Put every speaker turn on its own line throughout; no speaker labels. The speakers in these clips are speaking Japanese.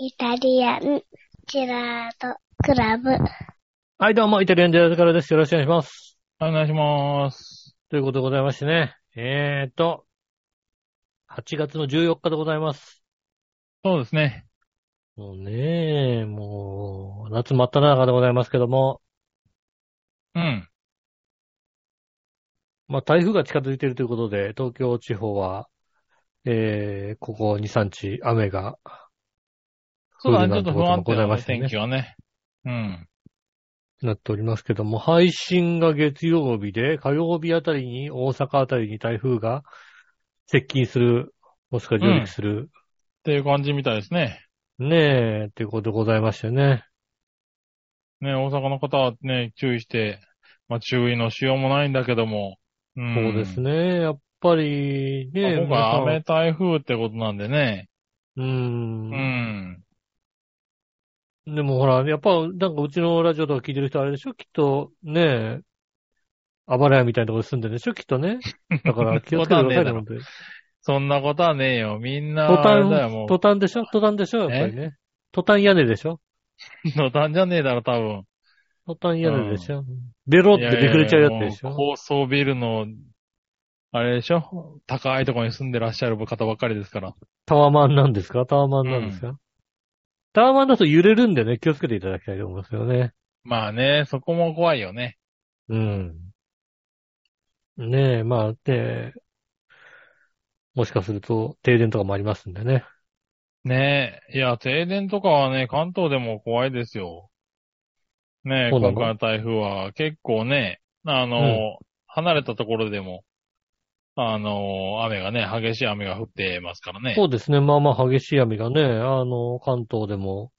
イタリアンジェラートクラブ。
はい、どうも、イタリアンジェラートからです。よろしくお願いします。
はい、お願いします。
ということでございましてね。えーと、8月の14日でございます。
そうですね。
もうねもう、夏真っ只中でございますけども、
うん。
まあ、台風が近づいているということで、東京地方は、えー、ここ2、3日雨が、
そうだね、ちょっと不安定
ござい
な、
ま
ね、
したね
天気はね。うん。
なっておりますけども、配信が月曜日で、火曜日あたりに大阪あたりに台風が接近する、もしくは上陸する、
っていう感じみたいですね。
ねえ、っていうことでございましてね。
ね、大阪の方はね、注意して、まあ注意のしようもないんだけども。うん。
そうです。ね。やっぱり
まあ
ね、
今回雨台風ってことなんでね。
皆さんう。
うんん。
でもほら、やっぱ、なんかうちのラジオとか聞いてる人あれでしょきっと、ねえ、あばら屋みたいなところに住んでるでしょきっとね。だから気をつけてくださいね、
そんなことはねえだろ
本当に。
そんなことはねえよ。みんな、
ト
あ
タ
れだよ、も
ン、トタンでしょトタンでしょやっぱりね。トタン屋根でしょ
う。途端じゃねえだろ、多分。
トタン屋根でしょ、ベロっ
い
て
やいやい
め
や
くれちゃうやつでし
もう
ょ
高層ビルの、あれでしょ高いところに住んでらっしゃる方ばっかりですから。
タワマンなんですかタワマンなんですか、タワマンだと揺れるんでね、気をつけていただきたいと思いますよね。
まあね、そこも怖いよね。
うん。ねえ、まあ、で、もしかすると停電とかもありますんでね。
ねえ。いや、停電とかはね、関東でも怖いですよ。ねえ、
そうなの
今回の台風は結構ね、あの、
うん
離れたところでも、あの、雨がね、激しい雨が降ってますからね。
そうですね。まあまあ激しい雨がね、あの、関東でも、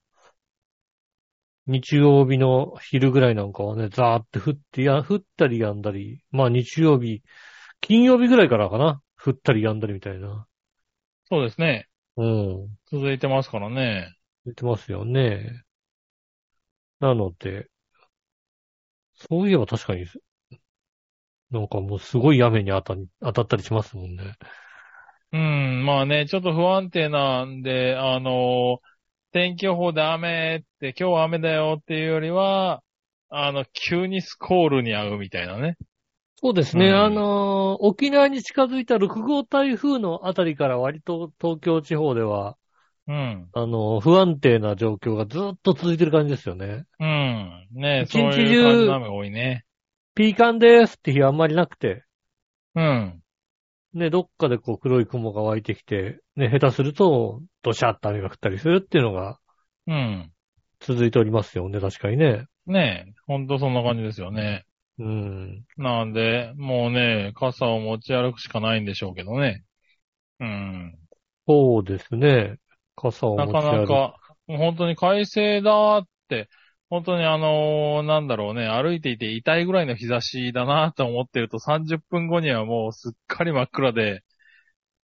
日曜日の昼ぐらいなんかはね、ザーって降ってや、降ったりやんだり、まあ日曜日、金曜日ぐらいからかな、降ったりやんだりみたいな。
そうですね。
うん。
続いてますからね。
言ってますよね。なので、そういえば確かに、なんかもうすごい雨に当た当たったりしますもんね。
うん、まあね、ちょっと不安定なんで、あの、天気予報で雨って、今日は雨だよっていうよりは、あの、急にスコールに合うみたいなね。
そうですね。
うん
あのー沖縄に近づいた6号台風のあたりから割と東京地方では、
うん。
あのー不安定な状況がずっと続いてる感じですよね。
うん。ね
一
そう
日
い
中
う感じの雨が多いね。
ピーカンですって日はあんまりなくて、
うん。
ね、どっかでこう黒い雲が湧いてきて、ね、下手すると、ドシャッと雨が降ったりするっていうのが
うん。
続いておりますよね、確かにね。
ねえ、ほんとそんな感じですよね。
うん。
なんで、もうね、傘を持ち歩くしかないんでしょうけどね。うん。
そうですね。傘を持
な
ち
か
歩
なか、もう本当に快晴だって、本当にあのーなんだろうね、歩いていて痛いぐらいの日差しだなと思ってると30分後にはもうすっかり真っ暗で、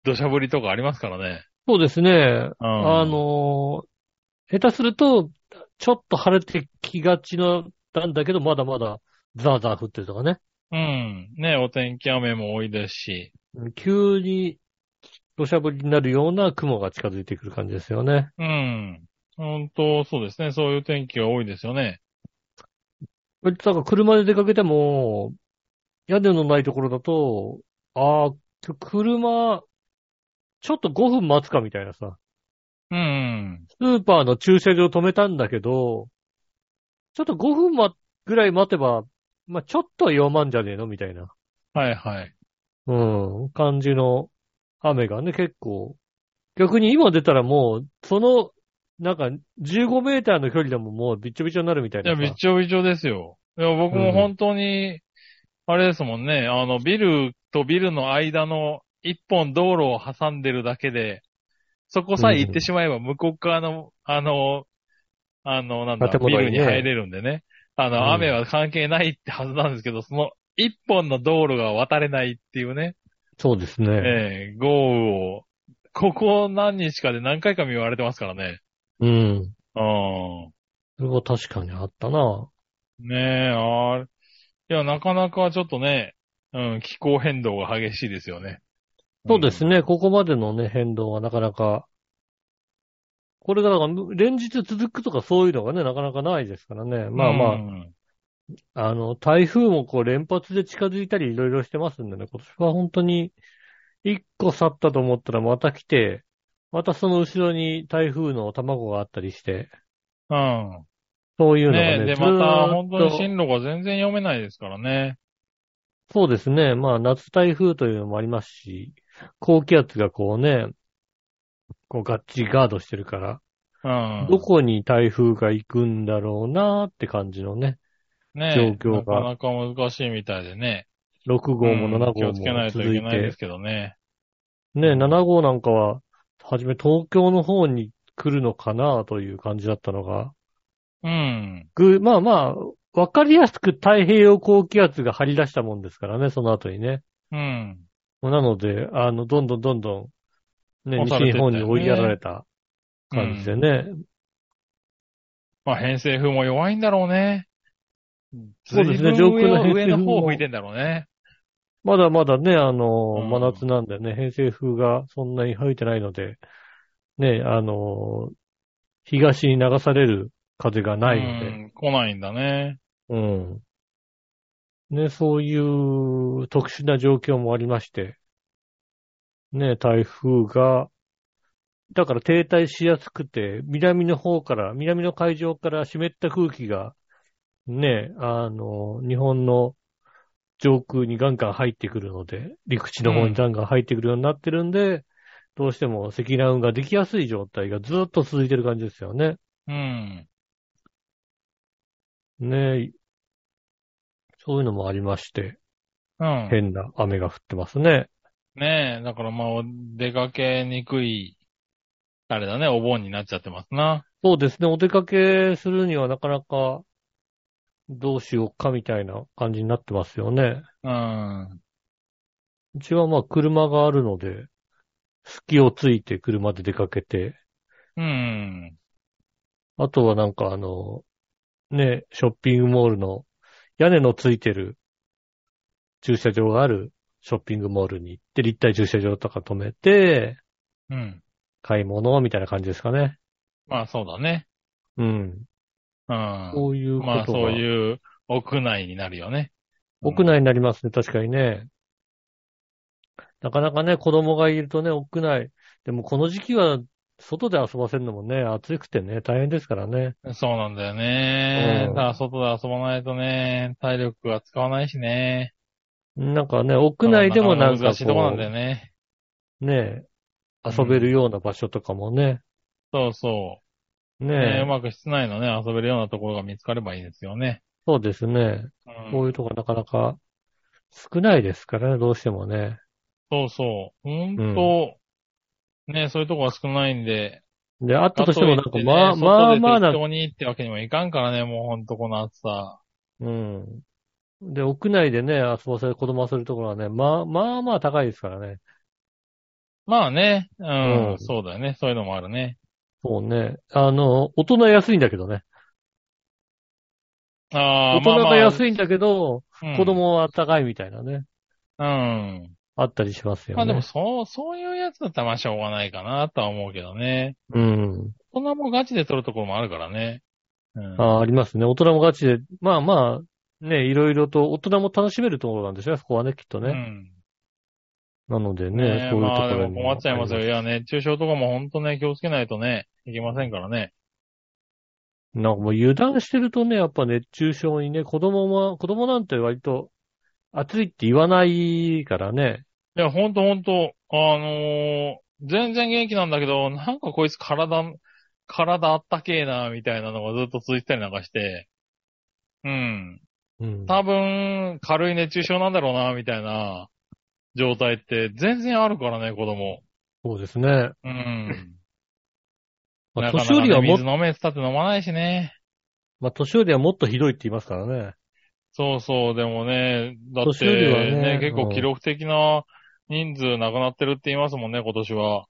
土砂降りとかありますからね。
そうですね。
うん。
あ、のー下手すると、ちょっと晴れてきがちな、なんだけど、まだまだザーザー降ってるとかね。
うん。ねお天気雨も多いですし。
急に土砂降りになるような雲が近づいてくる感じですよね。
うん。本当、そうですね。そういう天気が多いですよね。
割となんか車で出かけても、屋根のないところだと、ああ、今日車、ちょっと5分待つかみたいなさ。
うん。
スーパーの駐車場止めたんだけど、ちょっと5分ま、ぐらい待てば、まあ、ちょっとは弱まんじゃねえのみたいな。
はいはい。
うん。感じの雨がね、結構。逆に今出たらもう、その、なんか、15メーターの距離でももうびっちょびちょになるみたい
い
な
や、
さ。
びっちょびちょですよ。いや、僕
うん
も本当に、あれですもんね。あの、ビルとビルの間の一本道路を挟んでるだけで、そこさえ行ってしまえば向こう側の、あの、あの、なんだ、
建
ビ
物にね
ルに入れるんでね。あ
うん
の、雨は関係ないってはずなんですけど、その一本の道路が渡れないっていうね。
そうですね。
ええ豪雨を、ここ何日かで何回か見われてますからね。
うん。
うん。
それは確かにあったな。
ねえ、あれ。いや、なかなかちょっとね、うん、気候変動が激しいですよね。
そうです
ね。
ね。ここまでのね、変動はなかなか、これがだから連日続くとかそういうのがね、なかなかないですからね。まあまあ、
うん
あの、台風もこう連発で近づいたりいろいろしてますんでね、今年は本当に、一個去ったと思ったらまた来て、またその後ろに台風の卵があったりして、
うん。
そういうのが
ね
ね、
で、
ずーっと
また、本当に進路が全然読めないですからね。
そうですね。まあ、夏台風というのもありますし、高気圧がこうね、こうガッチリガードしてるから、
うん。
どこに台風が行くんだろうなーって感じのね、
ね
状況が
なかなか難しいみたいでね。
6号も7
うん気
号
をつけな
も
いと
続
いけ
い
ないで
て
す、けどね。
ね、7号なんかは、はじめ東京の方に来るのかなという感じだったのが、
うん。
ぐまあまあ、わかりやすく太平洋高気圧が張り出したもんですからね、その後にね。
うん。
なので、あの、どんどんどんどん、ね、
押さ
西
れ
日
てったよ
本
ね
に追いやられた感じでね。
まあ、偏西風も弱いんだろうね。
そうですね
随分
上空の偏西
上
風も
の方を吹いてんだろうね。
まだまだね、あの、
うん
真夏なんでね、偏西風がそんなに吹いてないので、ね、あの、東に流される風がないので、
うん。来ないんだね。
うん。ね、そういう特殊な状況もありまして、ね、台風が、だから停滞しやすくて、南の方から、南の海上から湿った空気が、ね、あの、日本の上空にガンガン入ってくるので、陸地の方にガンガン入ってくるようになってるんで、どうしても積乱雲ができやすい状態がずっと続いてる感じですよね。
うん。
ねえ。そういうのもありまして、
うん。
変な雨が降ってますね。
ねえ、だからまあ、お出かけにくい、あれだね、お盆になっちゃってますな。
そうですね。お出かけするにはなかなか、どうしようかみたいな感じになってますよね。
うん。
うちはまあ車があるので、隙をついて車で出かけて、
うん。
あとはなんかあの、ね、ショッピングモールの屋根のついてる駐車場があるショッピングモールに行って立体駐車場とか止めて、
うん。
買い物みたいな感じですかね。
まあそうだね。
うん。
うん。
そういうことが、
まあそういう屋内になるよね。
屋内になりますね、確かにね。なかなかね、子供がいるとね、屋内。でもこの時期は、外で遊ばせるのもね、暑くてね、大変ですからね。
そうなんだよね
う。ん
だから外で遊ばないとね、体力が使わないしね。
なんかね、屋内でもなん
な
か
難しいとこな
こ
んだよね。
う、ね、遊べるような場所とかもね、
そうそう。ね、う
ね、
まく室内のね、遊べるようなところが見つかればいいですよね。
そうですね。
うん
こういうとこなかなか少ないですからね、どうしてもね。
そうそう。ほんと、ね、そういうとこが少ないんで、
で、あったとしてもなんか、
といってね
まあ、まあまあな
外で適当にってわけにもいかんからね、もうほんとこの暑さ。
うん。で、屋内でね、遊ばせる、子供遊べるところはね、まあ、まあまあ高いですからね。
まあね、うん、
うん
そうだよね。そういうのもあるね。
そうね。あの、大人安いんだけどね。
あ
大
あ、まあ
人
ま
が
あ、
安いんだけど、
うん
子。供は高いみたいなね。
うん。
あったりしますよ
ま
ね。
あでも、そう、そういうやつだったらまあしょうがないかなとは思うけどね。
うん。
大人もガチで取るところもあるからね。うん。
ああ、ありますね。大人もガチで、まあまあ、ね、いろいろと大人も楽しめるところなんですよ、そこはね、きっと
う
ね。
ん。
なので
ね
ね、
え
そういうとこ
まあで
ろ
も
に
困っちゃいますよ。い
あり
や、熱中症とかもほんとね、気をつけないとね、いけませんからね。
なんかもう油断してるとね、やっぱ熱中症にね、子供も、子供なんて割と暑いって言わないからね。
いや、ほんとほんと、あのー全然元気なんだけど、なんかこいつ体、体あったけえな、みたいなのがずっと続いてたりなんかして、うん。
うん。
多分、軽い熱中症なんだろうな、みたいな状態って全然あるからね、子供。
そうですね。
うん。
まあ
なかな
年
かね
寄りはもっ
水飲めってたって飲まないしね。
まあ、年寄りはもっとひどいって言いますからね。
そうそう、でもね、だって
年寄りはね
ね結構記録的な人数亡くなってるって言いますもんね、今年は。
やっぱ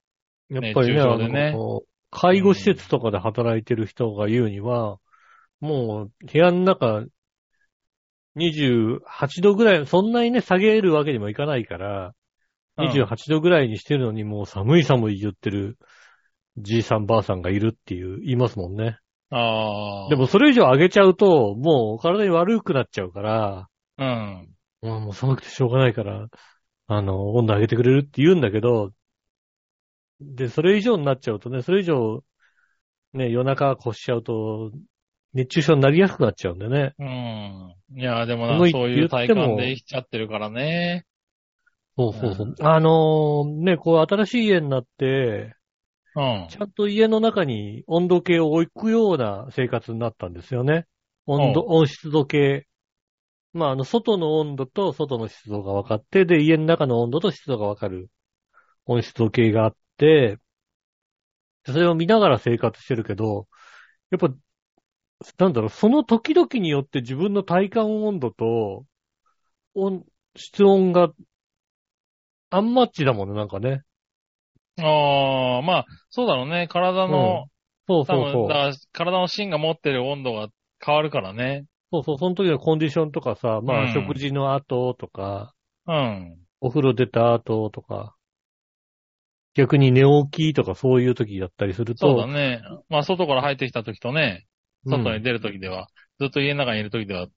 りね、
熱中
あ
症でね
の、介護施設とかで働いてる人が言うには、もう部屋の中28度ぐらい、そんなにね、下げるわけにもいかないから、
うん
28度ぐらいにしてるのにもう寒い寒い言ってるじいさんばあさんがいるっていう、言いますもんね。
ああ。
で、もそれ以上上げちゃうと、もう体に悪くなっちゃうから、
うん。
まあもう寒くてしょうがないから、あの、温度上げてくれるって言うんだけど、で、それ以上になっちゃうとね、それ以上、ね、夜中越しちゃうと、熱中症になりやすくなっちゃうんでね。
うん。いや、でもな、
寒いって
そういう体
言って
感
も
で生きちゃってるからね。
そうそうそう。あのーね、こう新しい家になって、
うん。
ちゃんと家の中に温度計を置くような生活になったんですよね。温度、温湿度計。まあ、あの、外の温度と外の湿度が分かって、で、家の中の温度と湿度が分かる温湿度計があって、でそれを見ながら生活してるけど、やっぱ、なんだろう、その時々によって自分の体感温度と、温、室温が、アンマッチだもんね、なんかね。
ああ、まあ、そうだろうね。体の、
そう
多
そう
分
そう。
だから体の芯が持ってる温度が変わるからね。
そうそう、その時のコンディションとかさ、ま
うん
あ、食事の後とか、
うん。
お風呂出た後とか、逆に寝起きとかそういう時だったりすると、
そうだね。まあ、外から入ってきた時とね、外
う
に
ん
出る時では、ずっと家の中にいる時では、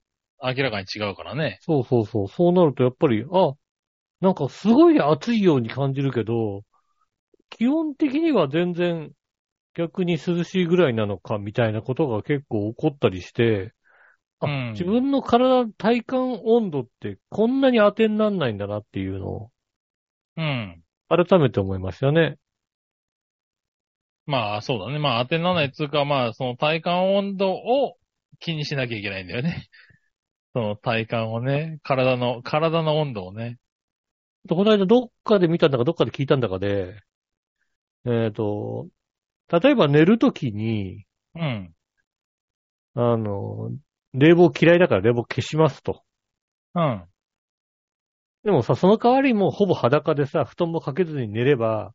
明らかに違うからね。
そうそうそう、そうなるとやっぱり、あ、なんかすごい暑いように感じるけど、気温的には全然逆に涼しいぐらいなのかみたいなことが結構起こったりして、あ
うん
自分の体、体感温度ってこんなに当てになんないんだなっていうのを
うん。
改めて思いましたね。
まあ、そうだね。まあ、当てにならないっていうか、まあ、その体感温度を気にしなきゃいけないんだよね。 その体感をね、体の、体の温度をね。
と、この間どっかで見たんだか、どっかで聞いたんだかで、えっ、と、例えば寝るときに、
うん。
あの、冷房嫌いだから冷房消しますと。
うん。
でもさ、その代わりもうほぼ裸でさ、布団もかけずに寝れば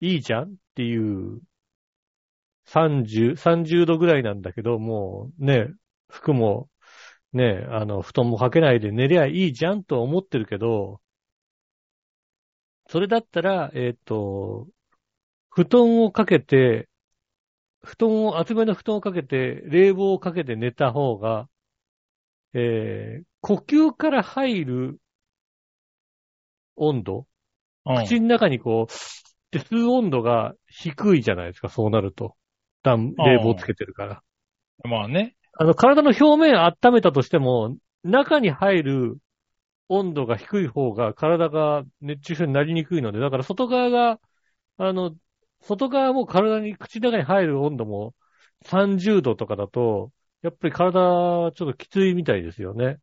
いいじゃんっていう、30、30度ぐらいなんだけど、もうね、服もね、あの、布団もかけないで寝りゃいいじゃんとは思ってるけど、それだったら、えっ、と、布団をかけて、布団を、厚めの布団をかけて、冷房をかけて寝た方が、えー呼吸から入る温度、
うん。
口の中にこう、って吸う温度が低いじゃないですか、そうなると。暖
あー
冷房つけてるから。
まあね。
あの、体の表面温めたとしても、中に入る温度が低い方が体が熱中症になりにくいので、だから外側が、あの、外側も体に、口の中に入る温度も30度とかだと、やっぱり体、ちょっときついみたいですよね。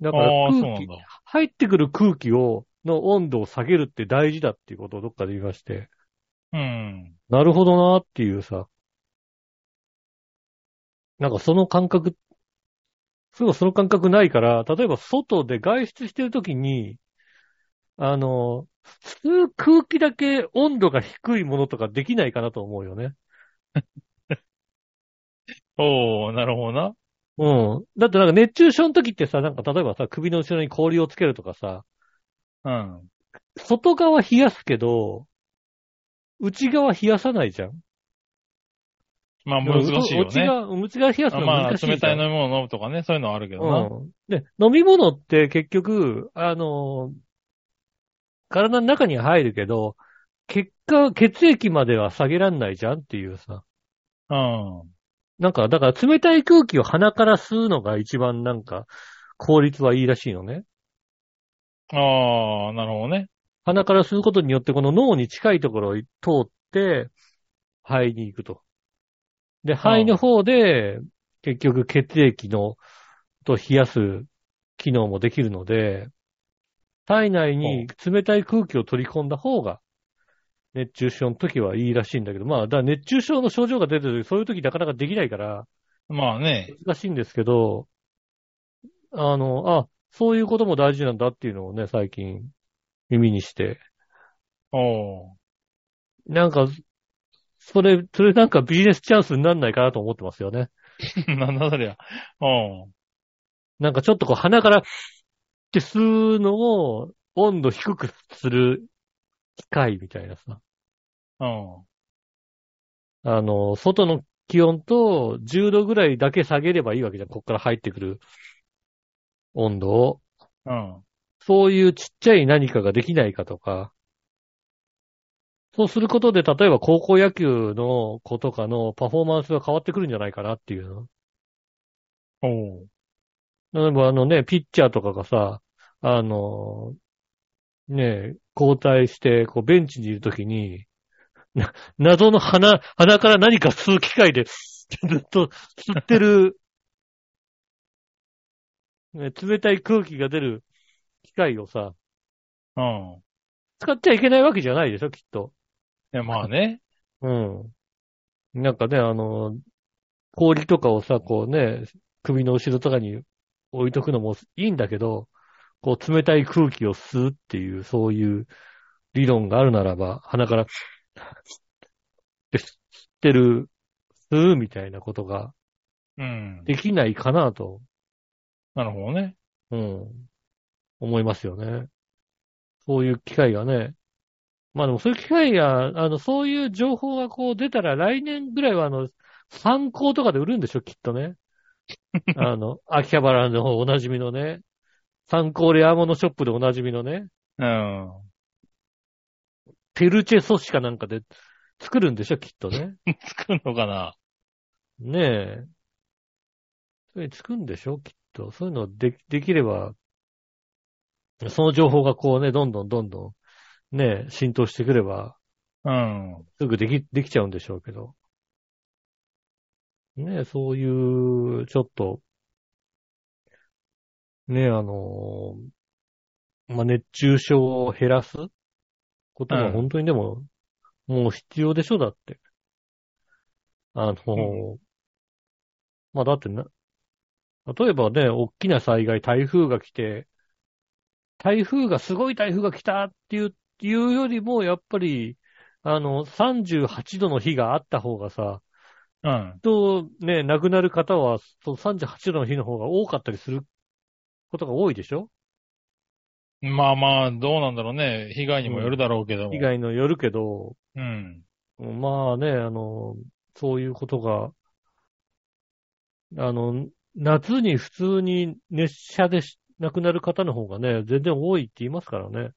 だ
あ
から
あー、そう
空
な
気
ん、だ。
入ってくる空気を、の温度を下げるって大事だっていうことをどっかで言いまして、
うん。
なるほどなっていうさ、なんかその感覚、すごいその感覚ないから、例えば外で外出してるときに、あの、吸う空気だけ温度が低いものとかできないかなと思うよね。
おー、なるほどな。
うん。だってなんか熱中症の時ってさ、なんか例えばさ、首の後ろに氷をつけるとかさ、
うん。
外側冷やすけど、内側冷やさないじゃん。
まあ難しいよ
内
ね。
側、内側冷やすの
まあ
難しいじゃん。
冷たい飲み物飲むとかね、そういうのはあるけどな。
うん。で、飲み物って結局、あのー体の中には入るけど、結果、血液までは下げらんないじゃんっていうさ。
うん。
なんか、だから冷たい空気を鼻から吸うのが一番なんか、効率はいいらしいのね。
ああ、なるほどね。
鼻から吸うことによって、この脳に近いところを通って、肺に行くと。で、肺の方で、結局血液の、と冷やす機能もできるので、体内に冷たい空気を取り込んだ方が、熱中症の時はいいらしいんだけど、まあ、だから熱中症の症状が出てる、そういう時なかなかできないから、
まあね。
難しいんですけど、あの、あ、そういうことも大事なんだっていうのをね、最近耳にして、
おー
なんか、それ、それなんかビジネスチャンスになんないかなと思ってますよね。
なんだそりゃ。おー
なんかちょっとこう鼻からって吸うのを温度低くする機械みたいなさ。
うん。
あの、外の気温と10度ぐらいだけ下げればいいわけじゃん。こっから入ってくる温度を。
うん。
そういうちっちゃい何かができないかとか。そうすることで、例えば高校野球の子とかのパフォーマンスが変わってくるんじゃないかなっていうの。
おう。
例えばあのね、ピッチャーとかがさ、あの、ねえ、交代して、こう、ベンチにいるときに、な謎の鼻、鼻から何か吸う機械で、 ずっと吸ってる、ね、冷たい空気が出る機械をさ、
うん。
使っちゃいけないわけじゃないでしょ、きっと。
いや、まあね。
うん。なんかね、あの、氷とかをさ、こうね、首の後ろとかに置いとくのもいいんだけど、こう冷たい空気を吸うっていう、そういう理論があるならば、鼻から、って吸ってる、吸うみたいなことが
うん。
できないかなと、
なるほどね。
うん、思いますよね。そういう機会がね。まあでもそういう機会が、あの、そういう情報がこう出たら来年ぐらいはあの、参考とかで売るんでしょ、きっとね。あの、秋葉原のおなじみのね、参考レアモノショップでおなじみのね、
うん。
ペルチェソシカなんかで作るんでしょ、きっとね。
作るのかな
ねえ。それつくんでしょきっと。そういうのでできれば、その情報がこうね、どんどんどんどん、ねえ、浸透してくれば、
うん。
すぐでき、できちゃうんでしょうけど。ねえ、そういう、ちょっと、ねえ、あのーまあ、熱中症を減らすこと
う
が
ん
本当にでも、もう必要でしょだって。あのーまあ、だってな、例えばね、大きな災害、台風が来て、台風が、すごい台風が来たっていう、いうよりも、やっぱり、あの、38度の日があった方がさ、
うん。
と、ね、亡くなる方は、そう38度の日の方が多かったりすることが多いでしょ
まあまあ、どうなんだろうね。被害にもよるだろうけども。
被害のよるけど、
うん。
まあね、あの、そういうことが、あの、夏に普通に熱射でし亡くなる方の方がね、全然多いって言いますからね。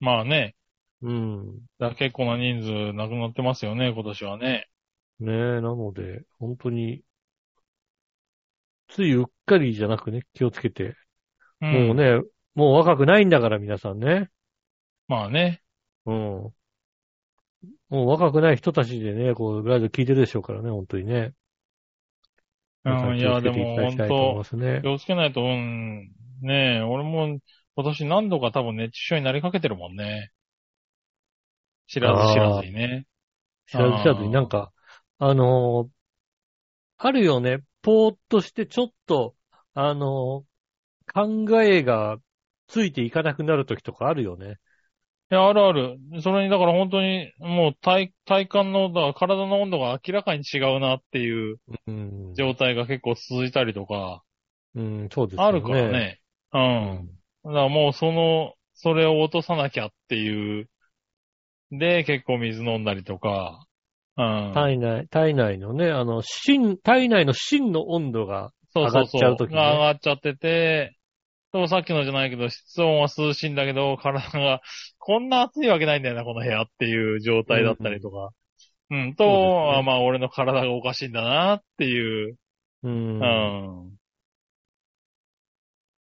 まあね。
うん。
だから結構な人数亡くなってますよね、今年はね。
ねえ、なので、本当に、ついうっかりじゃなくね、気をつけて。
う
もう。ね、もう若くないんだから、皆さんね。
まあね。
うん。もう若くない人たちでね、こう、ラジオ聞いてるでしょうからね、本当にね。
うん、いや、でも
皆さん気をつけていただき
本
たいと思い
当
ますね。
気をつけないと、うん。ねえ、俺も今年何度か多分熱中症になりかけてるもんね。知らず知らずにね。
知らず知らずになんか、あのーあるよね、ぽーっとしてちょっと、あのー考えがついていかなくなるときとかあるよね。
いや、あるある。それに、だから本当に、もう体、体感の、だから体の温度が明らかに違うなっていう
うん。
状態が結構続いたりとか、
うん、そうですよね。
あるからね。うん。だからもうその、それを落とさなきゃっていう、で、結構水飲んだりとか、うん。
体内、体内のね、あの、芯、体内の芯の温度が、
そうそ
上が
う
っちゃ
そうう。
時ね
が上がっちゃってて、でもさっきのじゃないけど、室温は涼しいんだけど、体が、こんな暑いわけないんだよな、この部屋っていう状態だったりとか。うん、と、
そうですね
あまあ、俺の体がおかしいんだなっていう。
うん
う、ん。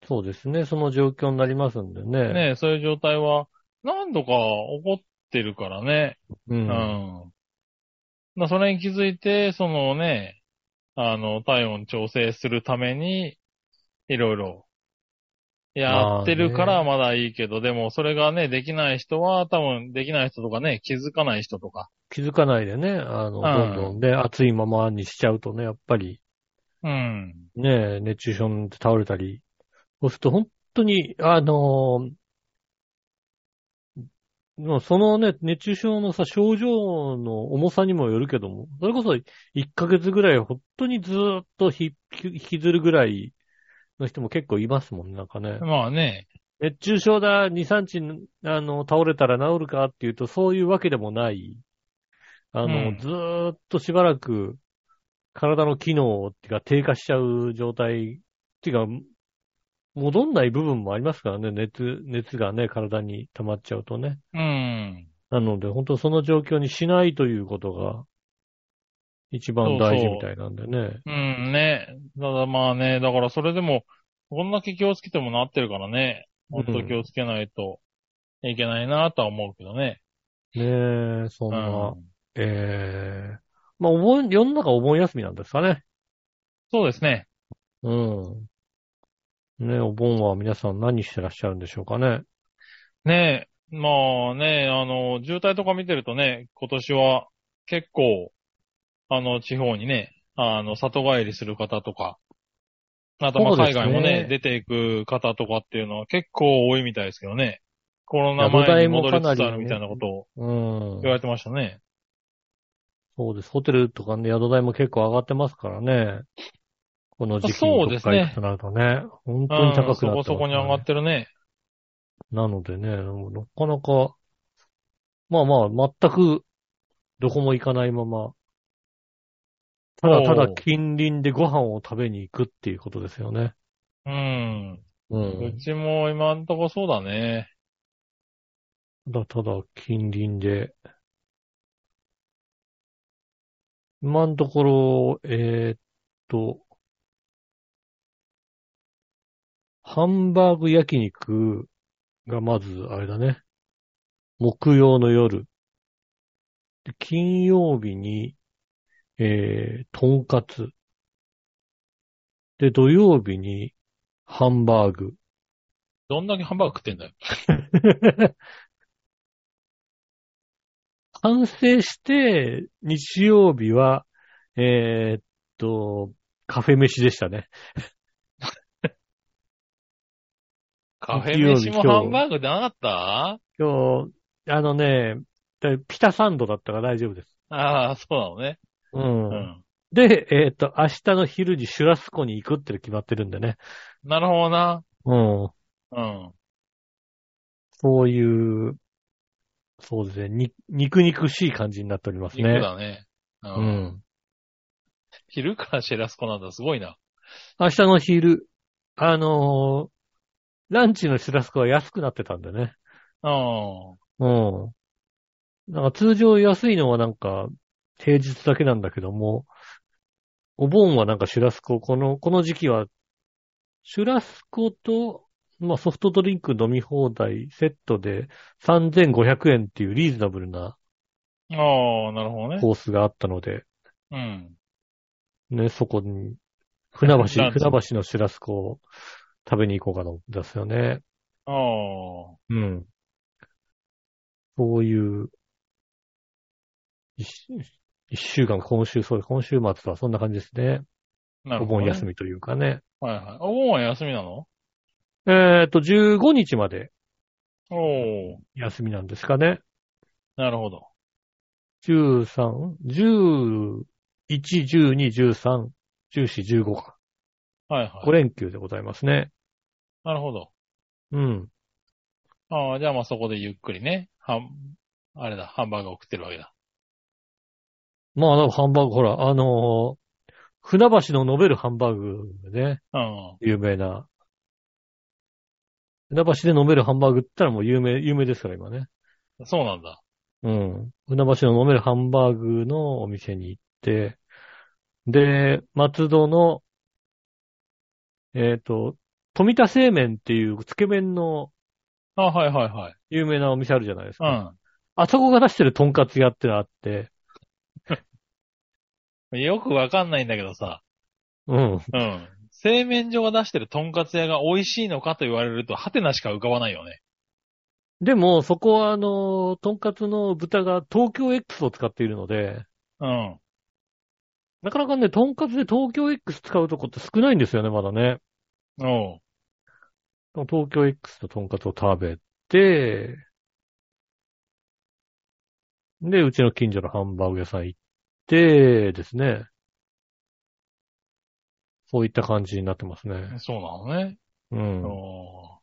そうですね、その状況になりますんでね。
ねえそういう状態は、何度か起こってるからね。
う。
うんん。まあそれに気づいて、そのね、あの、体温調整するために、いろいろ、やってるか
まあ
らまだいいけど、でもそれがね、できない人は、多分できない人とかね、気づかない人とか、
気づかないでね、あの、ど
うん
んどんね、暑いままにしちゃうとね、やっぱり、
うん。
ね、熱中症に倒れたり、そうすると本当に、あのーもうそのね、熱中症のさ、症状の重さにもよるけども、それこそ1ヶ月ぐらい、本当にずーっとひ引きずるぐらいの人も結構いますもんね、なんかね。
まあね、
熱中症だ、2、3日、あの、倒れたら治るかっていうと、そういうわけでもないあの、
うん
ずーっとしばらく、体の機能っていうか低下しちゃう状態っていうか、戻んない部分もありますからね、熱、熱がね、体に溜まっちゃうとね。
うん。
なので、本当その状況にしないということが、一番大事みたいなんでね。
うんね。ただまあね、だからそれでも、こんだけ気をつけてもなってるからね、もっと気をつけないといけないなとは思うけどね。
ねえ、そん
う
な。
ん。
ええまあ、お盆、世の中お盆休みなんですかね。
そうですね。
うん。ねお盆は皆さん何してらっしゃるんでしょうかね。
ねえ、まあね、あの、渋滞とか見てるとね、今年は結構、あの、地方にね、あの、里帰りする方とか、あと、まあ、
そうで
海
すね
外もね、出ていく方とかっていうのは結構多いみたいですけどね。コロ
い
ナ
や土
前に
台も
戻りつつ
か
あ
な
る
りね
みたいなことを
うん
言。われてましたね。
そうです。ホテルとかね、宿代も結構上がってますからね。この時期
そう
に
で
と
す
か
ね
行くとなるとね、本
う
当に
ん、
高
そ
くなって
こ
ます、
そこに上がってるね。
なのでね、なかなか、まあまあ、全く、どこも行かないまま、ただただ近隣でご飯を食べに行くっていうことですよね。
うん。
う
うちも今んとこそうだね。
ただただ近隣で、今のところ、えーっと、ハンバーグ焼肉がまず、あれだね。木曜の夜。で金曜日に、えー、とんかつ。で、土曜日に、ハンバーグ。
どんだけハンバーグ食ってんだよ。
完成して、日曜日は、えーっと、カフェ飯でしたね。
カフ
日
ェ
曜日
飯も
今日
ハンバーグでなかった
今日、あのね、だピタサンドだったから大丈夫です。
ああ、そうなのね。
う。
うんん。
で、えーっと、明日の昼にシュラスコに行くっての決まってるんでね。
なるほどな。
うん。
うん。
そういう、そうですね、に肉肉しい感じになっておりますね。
肉だね。う
う。ん。
昼からシェラスコなんだ、すごいな。
明日の昼、あのーランチのシュラスコは安くなってたんでね。
うん。
うん。なんか通常安いのはなんか平日だけなんだけども、お盆はなんかシュラスコ、この、この時期は、シュラスコと、まあソフトドリンク飲み放題セットで3500円っていうリーズナブルな
ああ、なるほどね。
コースがあったので、
うん。
ね、そこに、船橋、
ラ
船
ンチ
橋のシュラスコを食べに行こうかな、ですよね。
ああ。
うん。そういう、一週一週間、今週、そう、今週末はそんな感じですね。
なる
お
ほど、
盆
ね。
休みというかね。
み。はいはい。お盆は休みなの
えっ、と、15日まで
おお。
休みなんですかね。
なるほど。
13、11、12、13、14、15か。
はいは
5
い。
連休でございますね。
なるほど。
うん。
ああ、じゃあまあそこでゆっくりね。はん、あれだ、ハンバーグを食ってるわけだ。
まあ、なんかハンバーグ、ほら、あのー船橋のノベルハンバーグね。
うん。
有名な。船橋で飲めるハンバーグって言ったらもう有名、有名ですから今ね。
そうなんだ。
うん。船橋の飲めるハンバーグのお店に行って、で、松戸の、えっ、と、富田製麺っていうつけ麺の
ああ、はいはいはい。
有名なお店あるじゃないです
う
か。
ん。
あそこが出してるとんかつ屋ってのあって、
よくわかんないんだけどさ。
うん。
うん。製麺所が出してるとんかつ屋が美味しいのかと言われると、ハテナしか浮かばないよね。
でも、そこはあの、とんかつの豚が東京 X を使っているので、
うん。
なかなかね、とんかつで東京 X 使うとこって少ないんですよね、まだね。
おう。
東京 X ととんかつを食べて、で、うちの近所のハンバーグ屋さん行って、ですね。そういった感じになってますね。
そうなのね。
うん。
お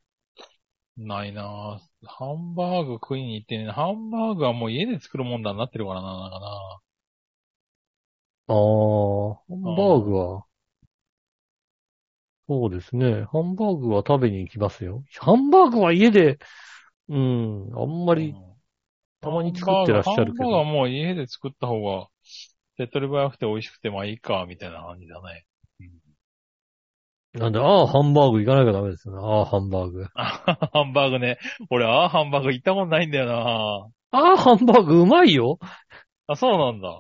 ないなぁハンバーグ食いに行ってね、ハンバーグはもう家で作るもんだになってるからな、なんかな。
ああ、ハンバーグは、そうですね。ハンバーグは食べに行きますよ。ハンバーグは家で、うん、あんまり
うん
たまに作ってらっしゃるけ
ハンバーグ
ど。
はもう家で作った方が、手っ取り早くて美味しくてまあいいか、みたいな感じだね。
なんで、ああ、ハンバーグ行かなきゃダメですよね。ああ、ハンバーグ。
あハンバーグね。俺、ああ、ハンバーグ行ったことないんだよな
ああ、ハンバーグうまいよ。
あ、そうなんだ。い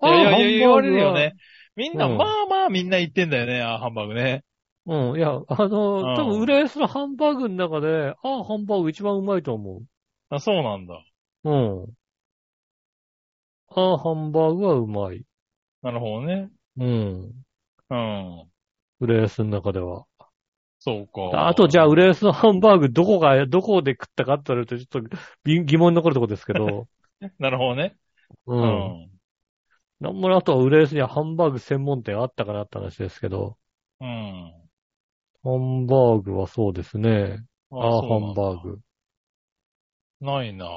ああ、
やい
ハンバーグ
やい
は
や、言われるよね。。みんな、
うん
まあまあみんな行ってんだよね、ああ、ハンバーグね。
うん、いや、あ
うん
の、多分、浦安のハンバーグの中で、ああ、ハンバーグ一番うまいと思
あ、そうなんだ。
う。うん。ああ、ハンバーグはうまい。
なるほどね。
うん。
うん。
浦安の中では。
そうか。
あと、じゃあ、浦安のハンバーグ、どこが、どこで食ったかって言われると、ちょっとび疑問に残るとこですけ ど、
なるほどね。
う。
うんん。
なんもあとは浦安にはハンバーグ専門店あったかなって話ですけど、
うん。
ハンバーグはそうですね。
あ
ああ、
そ
ハ
うなん
ン
だ
バーグ。
ないな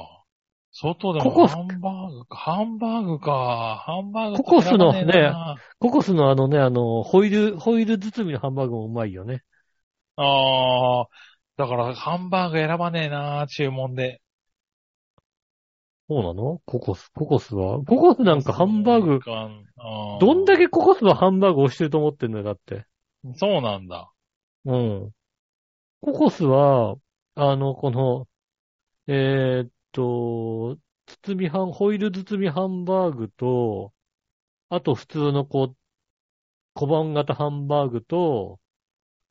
外で
コ
も
コス
ハンバーグか。ハンバーグか。ハンバーグ
ココスのね
食べられな
ココスのあのね、あの、ホイル、ホイル包みのハンバーグもうまいよね。
いなああ。だから、ハンバーグ選ばねえな注文で。
そうなのココス、ココスはココスなんかハンバーグ、どんだ
け
けココスはハンバーグをしてると思ってんのよ、だって。
そうなんだ。
うん。ココスは、あの、この、えーっと、包みハン、ホイル包みハンバーグと、あと普通のこう、小判型ハンバーグと、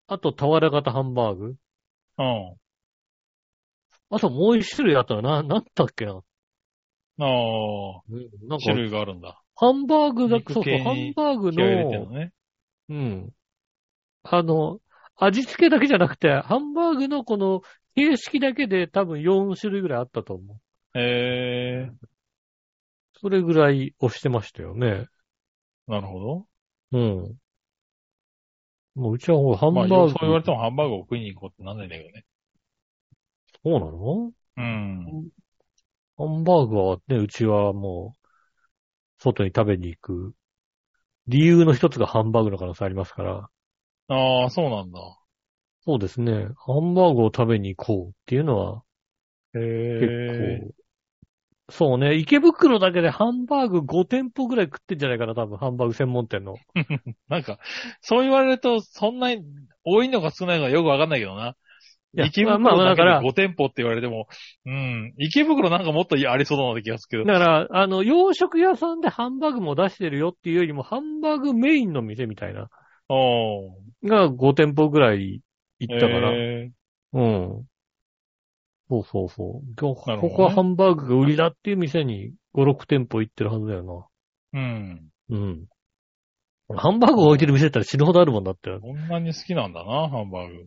あと俵型ハンバーグ。
うん。
あともう一種類あったらな、なんだっけな。
あ
な
あ。
んか
種、類があるんだ。
ハンバーグだ、
肉
そうそう、
系
ハン
に
バーグ
気を入れてるの
の、
ね。
うん。あの、味付けだけじゃなくて、ハンバーグのこの形式だけで多分4種類ぐらいあったと思う。
ええ
それぐらい押してましたよね。
なるほど。
うん。もううちはほらハン
ま
バ
あ、
ー
そう
グ。
言われてもハンバーグを食いに行こうってなんないんだけどね。
そうなの
うん。
ハンバーグはね、うちはもう、外に食べに行く。理由の一つがハンバーグの可能性ありますから。
ああ、そうなんだ。
そうですね。ハンバーグを食べに行こうっていうのは、
へ
結
え
構。そうね。池袋だけでハンバーグ5店舗ぐらい食ってんじゃないかな、多分。ハンバーグ専門店の。
なんか、そう言われると、そんなに多いのか少ないのかよくわかんないけどな。
いや
池
まあま
袋
あ
だ
だ
け
から
で5店舗って言われても、うん。池袋なんかもっとありそうな気がするけ
だ
ど。
から、あの、洋食屋さんでハンバーグも出してるよっていうよりも、ハンバーグメインの店みたいな、
おー
が5店舗ぐらい行ったから。
へ
うん。そうそうそう。こ
なるほどね
ここはハンバーグが売りだっていう店に5、6店舗行ってるはずだよ
えうん。
な。うん。ハンバーグ置いてる店だったら死ぬほどあるもんだって。
こんなに好きなんだな、ハンバーグ。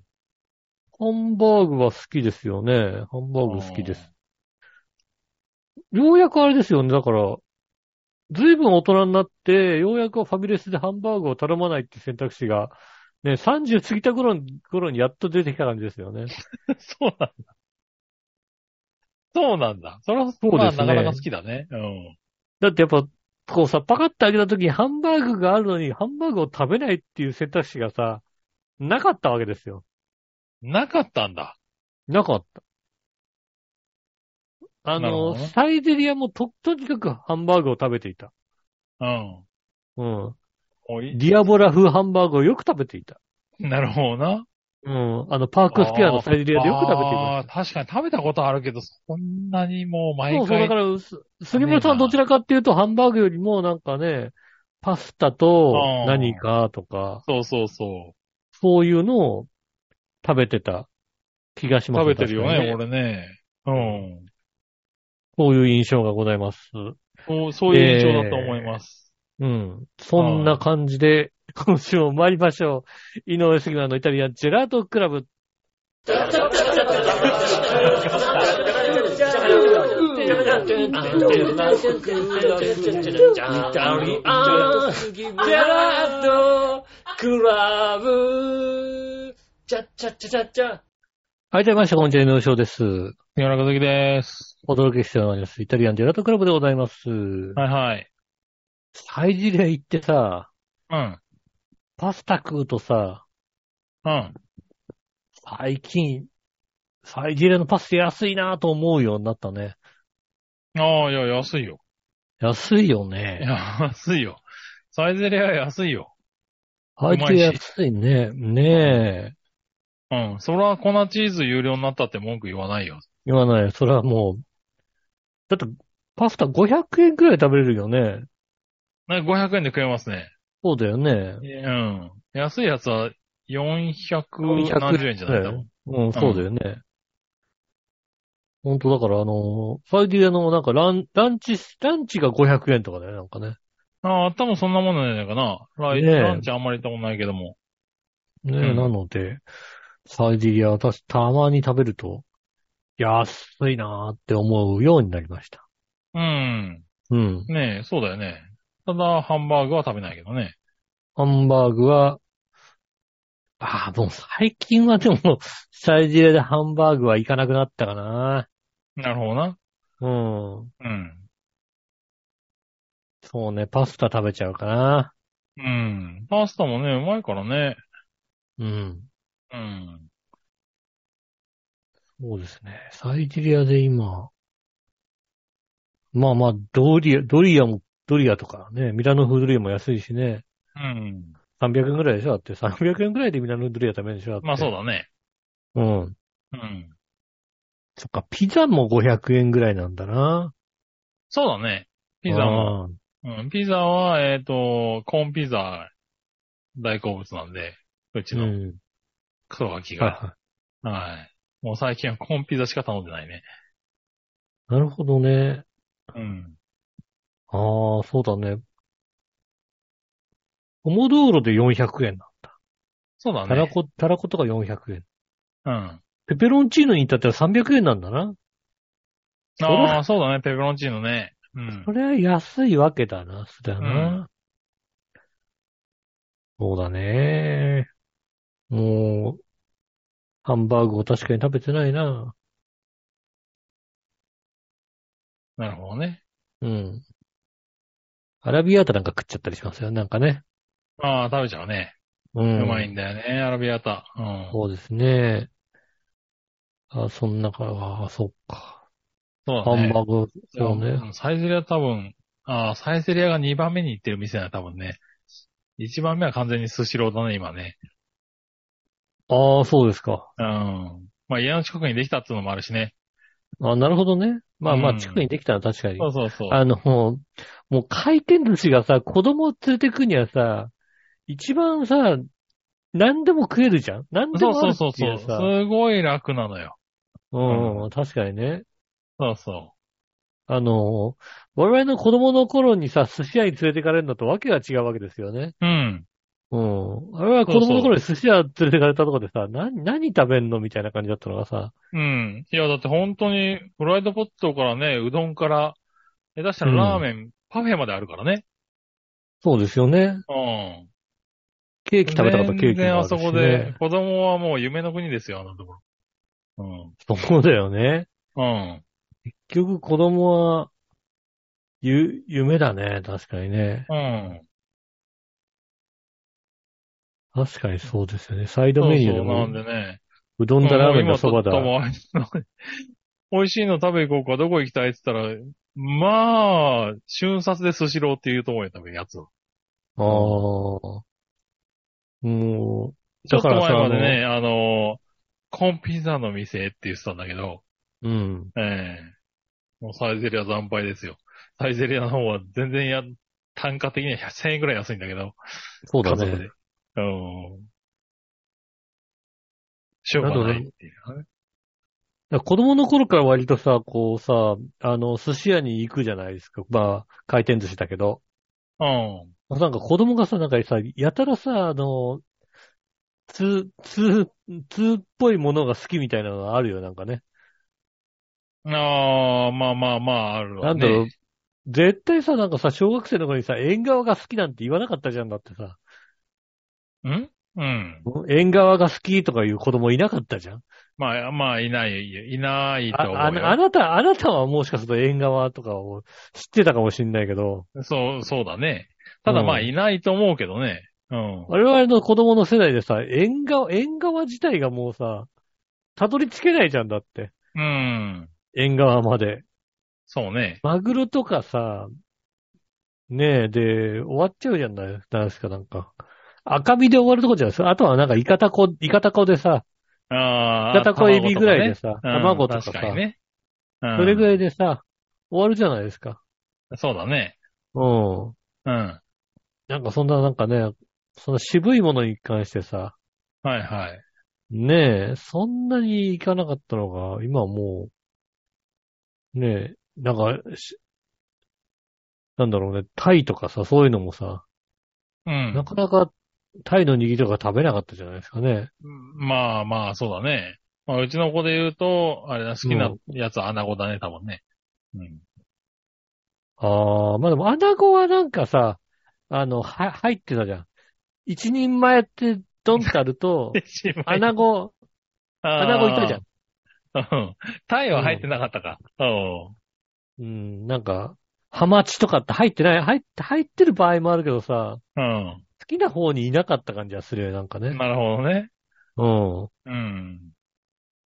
ハンバーグは好きですよね。ハンバーグ好きです。ようやくあれですよね。だから、ずいぶん大人になって、ようやくファミレスでハンバーグを頼まないって選択肢が、ね、30過ぎた頃に、頃にやっと出てきた感じですよね。
うん。 そうなんだ。そうなんだ。それは、
うですね
まあ、なかなか好きだね。うん。
だってやっぱ、こうさ、パカッて開けた時にハンバーグがあるのに、ハンバーグを食べないっていう選択肢がさ、なかったわけですよ。
なかったんだ。
なかった。あ
なるほど
の、
ね
サイゼリアもと、とにかくハンバーグを食べていた。
うん。
うん。
おい。
ディアボラ風ハンバーグをよく食べていた。
なるほどな。
うん。あの、パークスピアのサイゼリアでよく食べてい
あ
ま
ー確かに食べたことあるけど、そんなにもう
す。
毎
そうそう、だ
回
か。ら、す杉村さんはどちらかっていうと、ハンバーグよりもなんかね、パスタと
あー
何かとか、
そうそうそう。
そういうのを食べてた気がします
食べてるよね、
確かに
俺ね。うん。
そういう印象がございます。
そうそういう印象だと思います。
うん。そんな感じで、今週も参りましょう。井上杉村のイタリアンジェラートクラブ。
Gerardo Club. Cha cha cha cha cha.
はい、どうもみなさんこんにちは、井上翔です。
夜中時です。
お届けしております。イタリアンジェラートクラブでございます。
はいはい。
サイジリア行ってさ、
うん。
パスタ食うとさ、
うん。
最近、サイジリアのパスタ安いなぁと思うようになったね。
ああ、いや、安いよ。
安いよ
い
ね。
や 安いよ。サイゼリア安いよ。
サイジリア安いね。ねえ。
うん。そら粉チーズ有料になったって文句言わないよ。
言わない。それはもう、だって、パスタ500円くらい食べれるよね。
なんか500円で食えますね。
そうだよね。
うん。安いやつは470円じゃない多分
うん、そうだよね。ほんと、だから、あのー、サイディアの、なんか、ラン、ランチ、ランチが500円とかだよね、なんかね。
ああ、あったもそんなもんなんじゃないかな。ライ
ねえ
ランチあんまり行ったことないけども。
ね、
うん
なので、サイディア、私、たまに食べると、安いなーって思うようになりました。
うん。
うん。
ねえ、そうだよね。ただ、ハンバーグは食べないけどね。
ハンバーグは、ああ、もう最近はでも、サイディアでハンバーグは行かなくなったかな。
なるほどな。
うん。
うん。
そうね、パスタ食べちゃうかな。
うん。パスタもね、うまいからね。
うん。
うん。
そうですね。サイゼリアで今、まあまあ、ドリア、ドリアも、ドリアとかね、ミラノ風ドリアも安いしね、
うん。
300円くらいでしょだって、300円くらいでミラノドリア食べるでしょだって
まあそうだね。
うん。
うん。
そっか、ピザも500円くらいなんだな。
そうだね。ピザも。
も。
うん、ピザは、えっ、と、コーンピザ、大好物なんで、うち
う
の
ん。
クソガキ
はい
が。
は
はい。もう最近はコーンピザしか頼んでないね。
い。なるほどね。
うん。
ああ、そうだね。ポモ道路で400円な。
そうだ
たら
ね。
こ、たらことか400円。
うん。
ペペロンチーノに至っては300円なんだな。それ
ああ、そうだね。ペペロンチーノね。うん
そ。れは安いわけだな、そうだよな。そうだね。もう、ハンバーグを確かに食べてないな。
なるほどね。
うん。アラビアータなんか食っちゃったりしますよ、なんかね。
ああ、食べちゃうね。
うん。
うまいんだよね。アラビアータ。うん。
そうですね。あ、そんなか、あ、そっか。
そう
ハ
だね。
ンバーグ、そうね。
うんサイゼリア多分、ああ、サイゼリアが2番目に行ってる店だよ、多分ね。1番目は完全にスシローだね、今ね。
ああ、そうですか。
うん。まあ家の近くにできたっていうのもあるしね。
あなるほどね。まあま
う
あ、
ん
近くにできたら確かに
そ。うそうそう。
あの、もう、もう回転寿司がさ、子供を連れてくにはさ、一番さ、何でも食えるじゃん何で
そう
もあ
そ
る
う
って
そう
い
そうう。
さ。
すごい楽なのよ。
うんうん、確かにね。
そうそ
あの、我々の子供の頃にさ、寿司屋に連れてかれるのとわけが違うわけですよね。
う。うん。
うん。あれは子供の頃に寿司屋連れてかれたとこでさ、何、何食べんのみたいな感じだったのがさ、
うん。いや、だって本当に、フライドポテトからね、うどんから、下手したらラーメン、パフェまであるからね。
そうですよね。
うん。
ケーキ食べたかったらケー
全
キも
然
あ
あ
るし、
そ
ね。
こで、子供はもう夢の国ですよ、あのところ。
そうだよね。
うん。うん。
結局子供は、ゆ、夢だね。確かにね。
うん。
確かにそうですよね。サイドメニューで
そうそうな
も
ん、でね。
うどんだラーメンだそばだ
う。ん今ちょっともう美味しいの食べ行こうか、どこ行きたいって言ったら、まあ、瞬殺でスシローっていうとこやったやつを。
ああ。もう、
ちょっと
だから
前
さ
までね、あの、コンピザの店って言ってたんだけど、
うん。
ええもうサイゼリア惨敗ですよ。サイゼリアの方は全然や、単価的には1000円くらい安いんだけど、
そうだ
家族
ね
で。。うん。しょうがないっていうね。
だから子供の頃から割とさ、こうさ、あの、寿司屋に行くじゃないですか。まあ、回転寿司だけど。
うん。
なんか子供がさ、なんかさ、やたらさ、あの、通、通、通っぽいものが好きみたいなのがあるよ、なんかね。
ああ、まあまあまあ、ある
な
わ
んだ
ね。
ろう、絶対さ、なんかさ、小学生の頃にさ、縁側が好きなんて言わなかったじゃんだってさ。
んうん。
縁側が好きとかいう子供いなかったじゃん。
まあ、まあ、いないよ、いないと思うよ
ああなあなた、あなたはもしかすると縁側とかを知ってたかもしれないけど、
そう、そうだね。ただまあ、
うん
いないと思うけどね。うん。
我々の子供の世代でさ、縁側、縁側自体がもうさ、たどり着けないじゃんだって。
うん。
縁側まで。
そうね。
マグロとかさ、ねえ、で、終わっちゃうじゃないですか、なんか。赤身で終わるとこじゃないですか。あとはなんか、イカタコ、イカタコでさ、イ
ああ。
カタコエビぐらいでさ、卵
卵
と
とか
か
ねうん
さ、
確かにね。
それぐ
い。
らいでさ、終わるじゃないですか。
そうだね。
うん。
うん。は
なんかそんななんかね、その渋いものに関してさ、
いはい。
ねえ、そんなにいかなかったのが、今はもう、ねえ、なんかし、なんだろうね、タイとかさ、そういうのもさ、
う。
なんかなかタイの握りとか食べなかったじゃないですかね。
まあまあ、そうだね。まあ、うちの子で言うと、あれだ、好きなやつは穴子だね、多分ね。うん。
ああ、まあでも、アナゴはなんかさ、あの、は、入ってたじゃん。一人前ってドンってある と、アナゴ、アナゴいたじゃん。
ん。うん。タイは入ってなかったか。うん。
うん、なんか、ハマチとかって入ってない、入って、入ってる場合もあるけどさ、
うん。
好きな方にいなかった感じはするよね、なんかね。
なるほどね。
うん。
うん。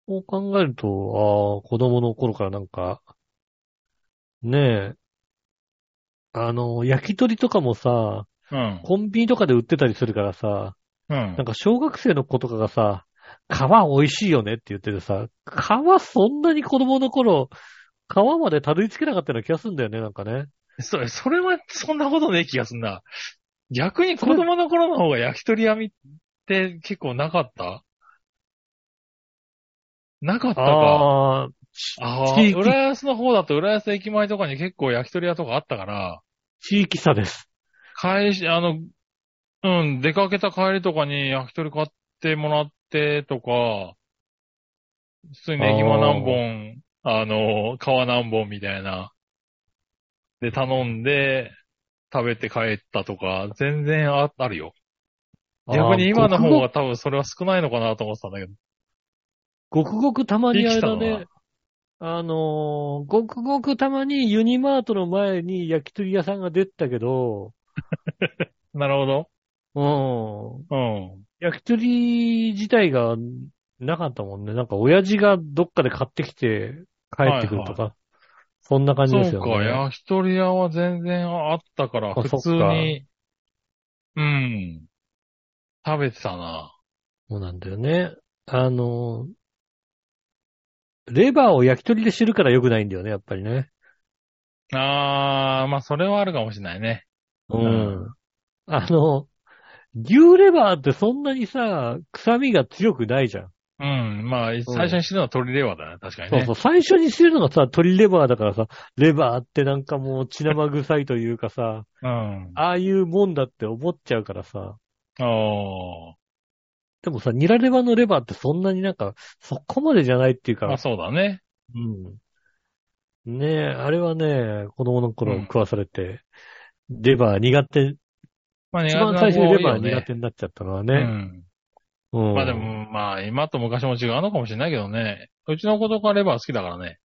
そう考えると、ああ、子供の頃からなんか、ねえ、あの、焼き鳥とかもさ、
うん。
コンビニとかで売ってたりするからさ、
うん
なん。か小学生の子とかがさ、皮美味しいよねって言っててさ、皮そんなに子供の頃、皮までたどり着けなかったような気がするんだよね、なんかね。
それ、それは、そんなことない気がすんな。逆に子供の頃の方が焼き鳥屋みって結構なかったなかったか。
ああ、
ああ
地
ー、
域
浦安の方だと浦安駅前とかに結構焼き鳥屋とかあったから、
地域差です。
帰し、あの、うん、出かけた帰りとかに焼き鳥買ってもらってとか、普通にネギも何本、あの、皮何本みたいな。で、頼んで、食べて帰ったとか、全然ああるよ。逆に今の方が多分それは少ないのかなと思ってたんだけど。
ごくごくたまにあれだ
生き
ね。あのーごくごくたまにユニマートの前に焼き鳥屋さんが出てたけど、
なるほど。
うん。
うん。
焼き鳥自体がなかったもんね。なんか親父がどっかで買ってきて帰ってくるとか、そんな感じ
そう
ですよね。
か、焼き鳥屋は全然あったから、
あ
普通
そっか
に、うん。食べてたな。
そうなんだよね。あのーレバーを焼き鳥で知るから良くないんだよね、やっぱりね。
あー、まあ、それはあるかもしれないね。
うん。あの、牛レバーってそんなにさ、臭みが強くないじゃん。
うん。まあ、最初に知るのは鳥レバーだね。確かに
そう
ね。
そう。最初に知るのがさ、鶏レバーだからさ、レバーってなんかもう血生臭いというかさ、
うん。
ああいうもんだって思っちゃうからさ。
あ
でもさ、ニラレバのレバーってそんなになんか、そこまでじゃないっていう
ー。まあ、
か、
そうだね。
うん。ねえ、あれはね、子供の頃食わされて、レバー苦手、
まあ、
一
苦手
番
な
最初にレ
子
バー
多いよ
苦
ね。
手になっちゃったのは
う
ね。
ん。
うん
まあで、も、まあ、今と昔も違うのかもしれないけどね。うちの子とかレバー好きだからね。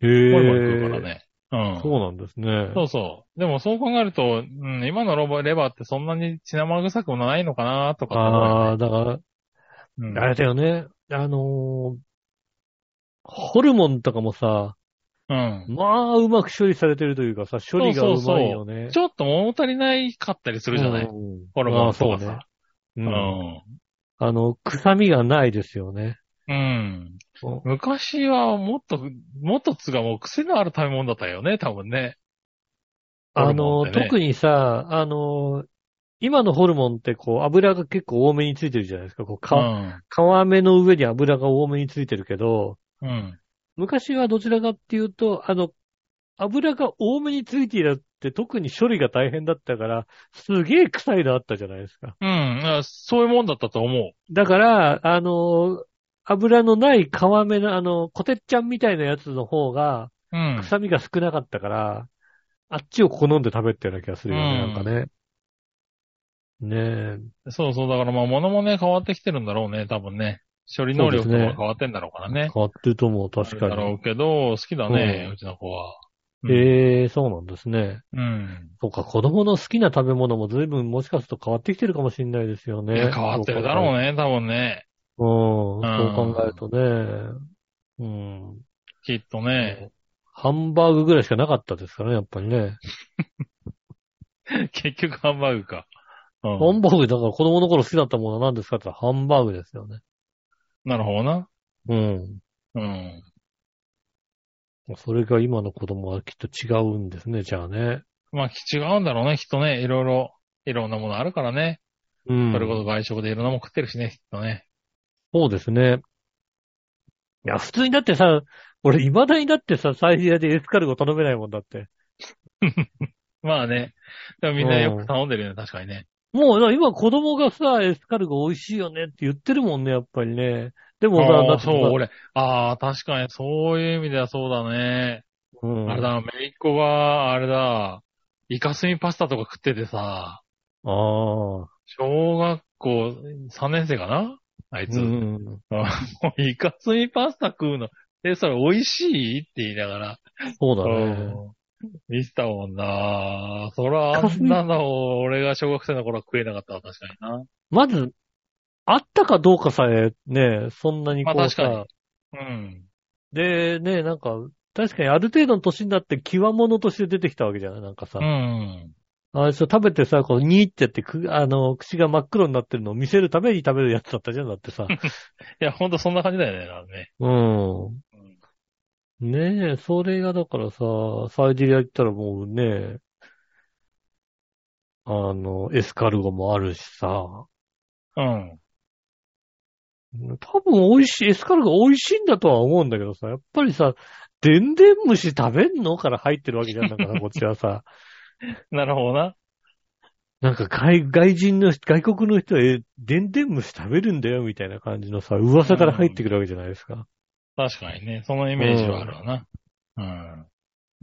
へ
ホ
え
イホイ食うからね。うん。
そうなんですね。
そうそう。でもそう考えると、うん、今のロボレバーってそんなに血生臭くもないのかなとかって思うよね
ああ、だか
うん
ら、あれだよね。あのーホルモンとかもさ、
うん。
まあ、うまく処理されてるというかさ、処理がうまいよね。
ちょっと物足りないかったりするじゃない、
うん
ホルモンと
あ
か
あそうね
さ。
う。
うんん。
あの、臭みがないですよね。
うん。
そ
昔はもっと、もっとつがもう癖のある食べ物だったよね、多分ね。
あの
ホ
ー、
ルモンってね
特にさ、あのー、今のホルモンってこう、油が結構多めについてるじゃないですか。こう、か皮目の上に油が多めについてるけど、
うん。うん。
昔はどちらかっていうと、あの、油が多めについているって特に処理が大変だったから、すげえ臭いのあったじゃないですか。
うん。あそういうもんだったと思
だから、あの、油のない皮目のあの、コテッちゃんみたいなやつの方が、
う。うん。
臭みが少なかったから、あっちを好んで食べてるような気がするよね、
うん
なんかね。ねえ。
そうそう、だからまあ物もね、変わってきてるんだろうね、多分ね。処理能力とか
そうで
も
すね
変わってんだろうからね。
変わってると思う、確か
あるだろ
に。
うけど、好きだね、
う
うんちの子は。うん
ええそうなんですね。
うん。
そうか、子供の好きな食べ物も随分もしかすると変わってきてるかもしれないですよ
い
ね。
や変わってるだろうね、多分ね。
そうか。うん、
うん
そう考えるとね。うん。
きっとね。
ハンバーグぐらいしかなかったですからね、やっぱりね。
結局ハンバーグか。う
ハ
ん。
ンバーグ、だから子供の頃好きだったものは何ですかって言ったらハンバーグですよね。
なるほどな。
うん。
うん。
それが今の子供はきっと違うんですね、じゃあね。
まあ、違うんだろうね、きっとね。いろいろ、いろんなものあるからね。
うん。
それこそ外食でいろんなもん食ってるしね、きっとね。
そうですね。いや、普通にだってさ、俺、未だにだってさ、サイゼリアでエスカルゴ頼めないもんだって。
まあね。でもみんなよく頼んでるよね、確かにね。
もう、今子供がさ、エスカルゴ美味しいよねって言ってるもんね、やっぱりね。でもさ、だっ
ああ
て
そ
さ
う、俺。ああ、確かに、そういう意味ではそうだね。
うん、
あれだ、めいっ子が、あれだ、イカスミパスタとか食っててさ、
ああ。
小学校3年生かなあいつ。
うん。
もう イカスミパスタ食うの。え、それ美味しいって言いながら。
そうだね。
うん見てたもんなそら、あんなの、俺が小学生の頃は食えなかったわ、確かにな。
まず、あったかどうかさえ、ね、そんなにこ
まあ
う
確
さ、
かにうん。
で、ね、なんか、確かにある程度の年になって、際物として出てきたわけじゃないなんかさ、
うん。
あれそう食べてさ、こう、にーってやってく、あの、口が真っ黒になってるのを見せるために食べるやつだったじゃん、だってさ。
いや、ほんとそんな感じだよね、なんかね。
うん。ねえ、それがだからさ、サイゼリア行ったらもうね、あの、エスカルゴもあるしさ、
うん。
多分美味しい、エスカルゴ美味しいんだとは思うんだけどさ、やっぱりさ、でんでん虫食べんのから入ってるわけじゃん、だからこっちはさ。
なるほどな。
なんか外、外人の人、外国の人は、え、でんでん虫食べるんだよ、みたいな感じのさ、噂から入ってくるわけじゃないですか。
確かにね。そのイメージはあるわな。うん。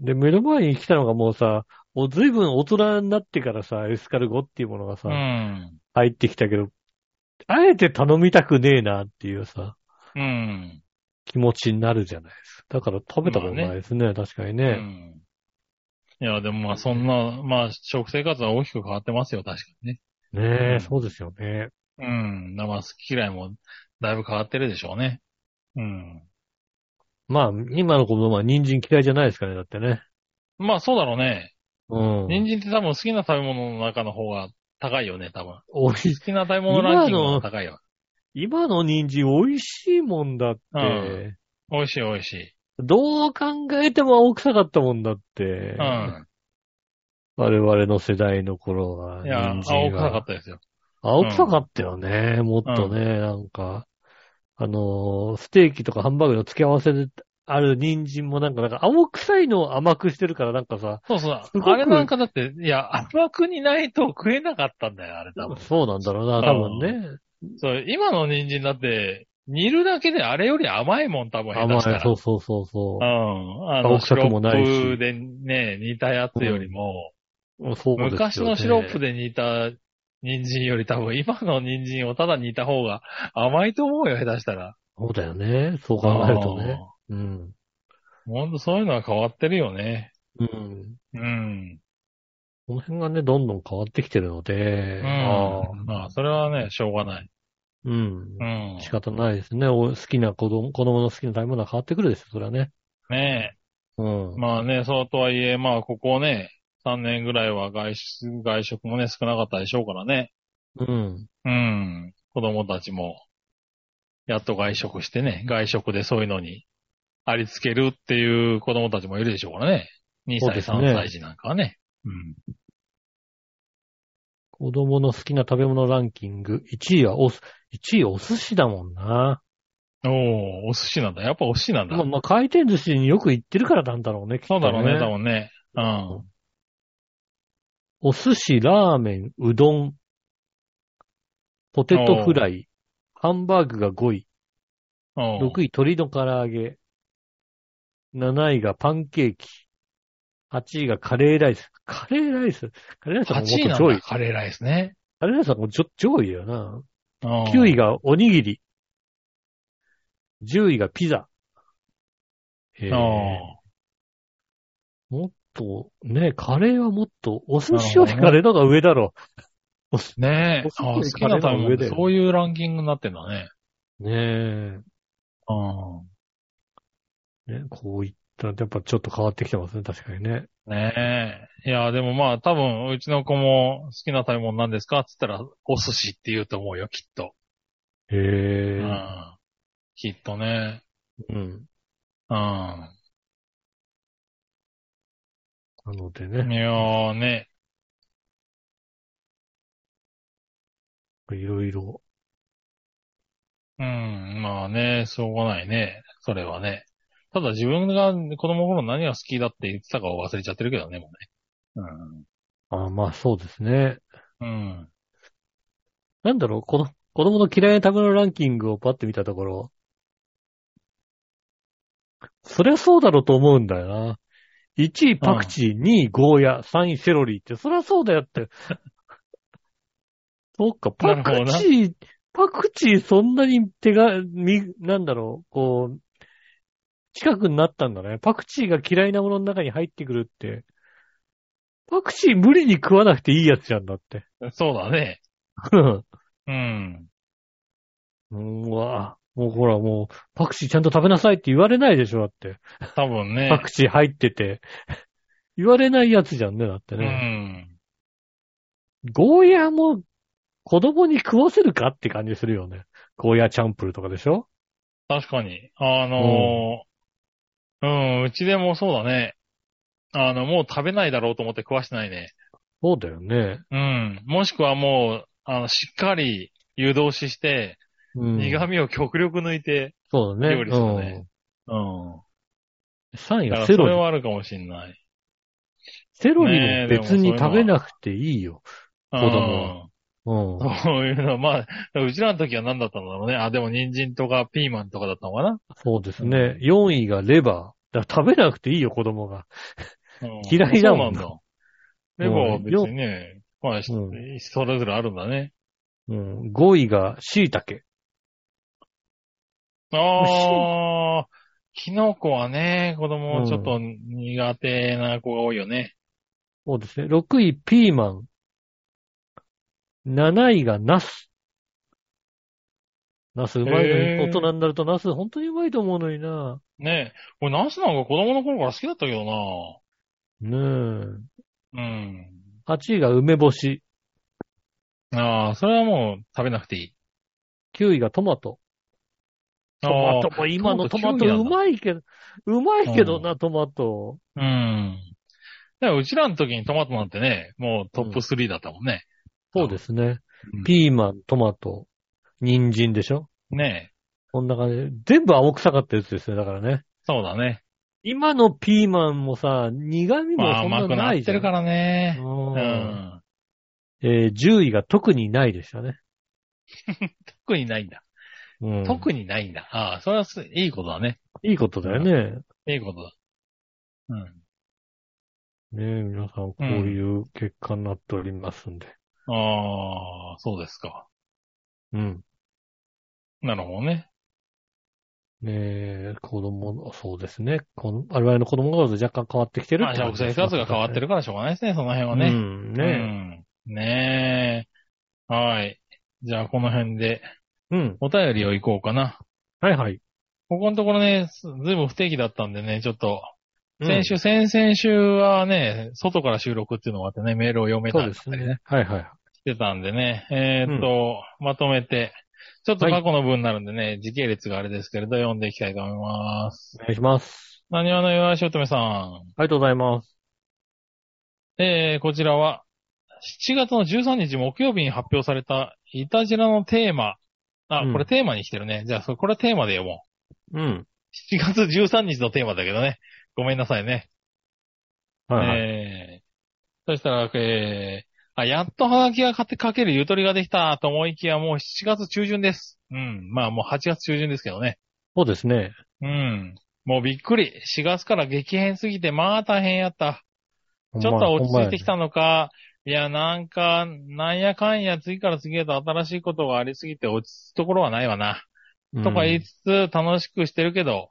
で、目の前に来たのがもうさ、もう随分大人になってからさ、エスカルゴっていうものがさ、
うん。
入ってきたけど、あえて頼みたくねえなっていうさ、
うん。
気持ちになるじゃないですか。だから食べたことないですね、確かに
う
ね。
ん。いや、でもまあそんな、まあ食生活は大きく変わってますよ、確かにね。
ね
う
え、
ん
そうですよね。
うん。だからまあ好き嫌いもだいぶ変わってるでしょうね。うん。
まあ、今の子供は人参嫌いじゃないですかね、だってね。
まあそうだろうね。
うん。
人参って多分好きな食べ物の中の方が高いよね、多分。
美味しい
好きな食べ物ランキングの方が高いよ。
今の人参美味しいもんだって。
うん美味しい美味しい。
どう考えても青臭かったもんだって。
うん。
我々の世代の頃は。
いや、青
人参
臭
が
かったですよ。
青臭かったよね、もっとね、なんか。あのーステーキとかハンバーグの付け合わせである人参もなんか、なんか青臭いのを甘くしてるからなんかさ、
そうそう
すご。く
あれなんかだって、いや、甘くにないと食えなかったんだよ、あれ多分。
そうなんだろうな、多分ね。
そう、今の人参だって、煮るだけであれより甘いもん、多分下
甘
手
い
したら。、
そうそうそうそうう。
ん。あ
青
の、シ
臭
ロ
くもないし
ップでね、煮たやつよりも、
そうですよね
昔のシロップで煮た人参より多分今の人参をただ煮た方が甘いと思うよ、下手したら。
そうだよね。そう考えるとね。うん。
うん。ほんとそういうのは変わってるよね。
うん。
うん。
この辺がね、どんどん変わってきてるので、
うん。
ああ
まあ、それはね、しょうがない。
うん
う。ん。
仕方ないですね。お好きな子供、子供の好きな食べ物は変わってくるでしょ、それはね。
ねえ。
うん。
まあね、そうとはいえ、まあ、ここね、3年ぐらいは外出、外食もね、少なかったでしょうからね。
うん。
うん。子供たちも、やっと外食してね、外食でそういうのに、ありつけるっていう子供たちもいるでしょうからね。2
そう
歳、
ですね
3歳児なんかはね。うん。
子供の好きな食べ物ランキング、1位はおす、1位お寿司だもんな。
おー、お寿司なんだ。やっぱお寿司なんだ。
まあ、まあ、回転寿司によく行ってるからなんだろうね、きっ
そ
と
うだろうね、多分ね。うん。
お寿司、ラーメン、うどん、ポテトフライ、ハンバーグが5位、
うん。
6位鶏の唐揚げ、7位がパンケーキ、8位がカレーライス。カレーライスカレーライスはも
8
っと
位なん
上位
だ、。カレーライスね。
あれさんもじょ上位だよな。
あー
9位がおにぎり。10位がピザ。え
あ
もっと、ね、カレーはもっと、お寿司よりカレーの方が上だろ
ーねえ。
お
あー好
寿司
き
より
な
カ
食
レーの方が上
べ物
だよ
そういうランキングになってんだね。
う。ね
あ
え。ね、こういった、やっぱちょっと変わってきてますね、確かにね。
ーねえ。いや、でもまあ多分、うちの子も好きな食べ物なんですかって言ったら、お寿司って言うと思うよ、きっと。
へえ。
うん。きっとね。
うん。
うん。
なのでね、
いやーね。
いろいろ。
うん。まあね、しょうがないね。それはね。ただ自分が子供頃何が好きだって言ってたかを忘れちゃってるけどね、もうね。
あまあそうですね。
うん。うん。
なんだろう、この、子供の嫌いな食べ物ランキングをパッて見たところ、そりゃそうだろうと思うんだよな。1位パクチー、2位ゴーヤ、3位セロリって、そりゃそうだよって。 そっか、パ
なるほ
ク
どな
チー、パクチーそんなに手が、み、なんだろう、こう、近くになったんだね。パクチーが嫌いなものの中に入ってくるって。パクチー無理に食わなくていいやつじゃんだって。
そうだね。
うん
うん。
うん、うわもうほらもう、パクチーちゃんと食べなさいって言われないでしょ、だって。
多分ね
パ。クチー入ってて。 言われないやつじゃんね、だって
う
ね。
ん。
ゴーヤーも子供に食わせるかって感じするよね。ゴーヤーチャンプルとかでしょ
確かに。あのーうん、うちでもそうだね。あの、もう食べないだろうと思って食わしてないね。
そうだよね。
うん。もしくはもう、あの、しっかり湯通しして、
うん。
苦味を極力抜いて、
そうだね。
料理するねうん。
うん。3位
だ
は
から
セ
そ
ロ
れ
リ。
はあるかもしんない。
セロリ
ねえ
も
でも
別
そういう
に
のは
食べなくていいよ。
う
供
ん。
うん。
そういうの、まあ、うちらの時は何だったんだろうね。あ、でも人参とかピーマンとかだったのかな。
そうですね。4位がレバー。だから食べなくていいよ、子供が。
うん
嫌いだもんな
そうなんだ。レバーは別にね、まあ、
ん
それぞれあるんだね。
うん。5位が椎茸。
あ あ、キノコはね、子供ちょっと苦手な子が多いよね。
そうですね。6位、ピーマン。7位がナス。ナスうまいの
へ
に、大
ー
人になるとナス本当にうまいと思うのにな。
ねえ。俺、ナスなんか子供の頃から好きだったけど
ねえ。
なうん。
8位が梅干し。
ああ、それはもう食べなくていい。
9位がトマト。トマトも今のトマトう
い。
まいけど、うまいけどな、トマト。
うん。だからうちらの時にトマトなんてね、もうトップ3だったもんね。
そうですね
うん。
ピーマン、トマト、人参でしょ
ねえ。
こんな感じで。全部青臭かったやつですね、だからね。
そうだね。
今のピーマンもさ、苦味も
まあ
そん
甘
な
くな
な
っ
いじ
て
ゃん
る。からね。う
うん
ん。
えー10位が特にないでしたね。
特にないんだ。
うん
特にないんだ。ああ、それはすいいことだね。
いいことだよね。
いいことだ。うん。
ねえ皆さん、こういう結果になっておりますんで。
ああ、そうですか。
うん。
なるほどね。
ねえ、子供の、そうですね。この、我々の子供の頃と若干変わってきてる
まあ、
って感
食
じ
生
です
活が変わってるからしょうがないですね、その辺はね。
うん、
う
ね
んねえ。はい。じゃあ、この辺で
え。うん。
お便りを行こうかな。
はいはい。
ここのところね、すずいぶん不定期だったんでね、ちょっと、
うん
先週、先々週はね、外から収録っていうのがあってね、メールを読め
そ
た
う
り
で
し
すね。はいはい。
てたんでね、えーっと、まとめて、ちょっと過去の分になるんでね、時系列があれですけれど、読んでいきたいと思います
お。願いします。
何わの岩橋乙女さん。
ありがとうございます。
えー、こちらは、7月の13日木曜日に発表された、イタジラのテーマ。あ
う、ん
これテーマにしてるね。じゃあ、そこれテーマで読も
うん。
う。7月13日のテーマだけどね。ごめんなさいね。
はいはい。
えー、そしたら、えー、あ、やっとハガキがかてかけるゆとりができたと思いきや、もう7月中旬です。うん。まあ、もう8月中旬ですけどね。
そうですね。
うん。もうびっくり。4月から激変すぎて、まあ大変やった。
ほん
ち
ま
ょっとは落ち着いてき。たのか、いや、なんか、なんやかんや、次から次へと新しいことがありすぎて落ち着くところはないわな。とか言いつつ、楽しくしてるけど、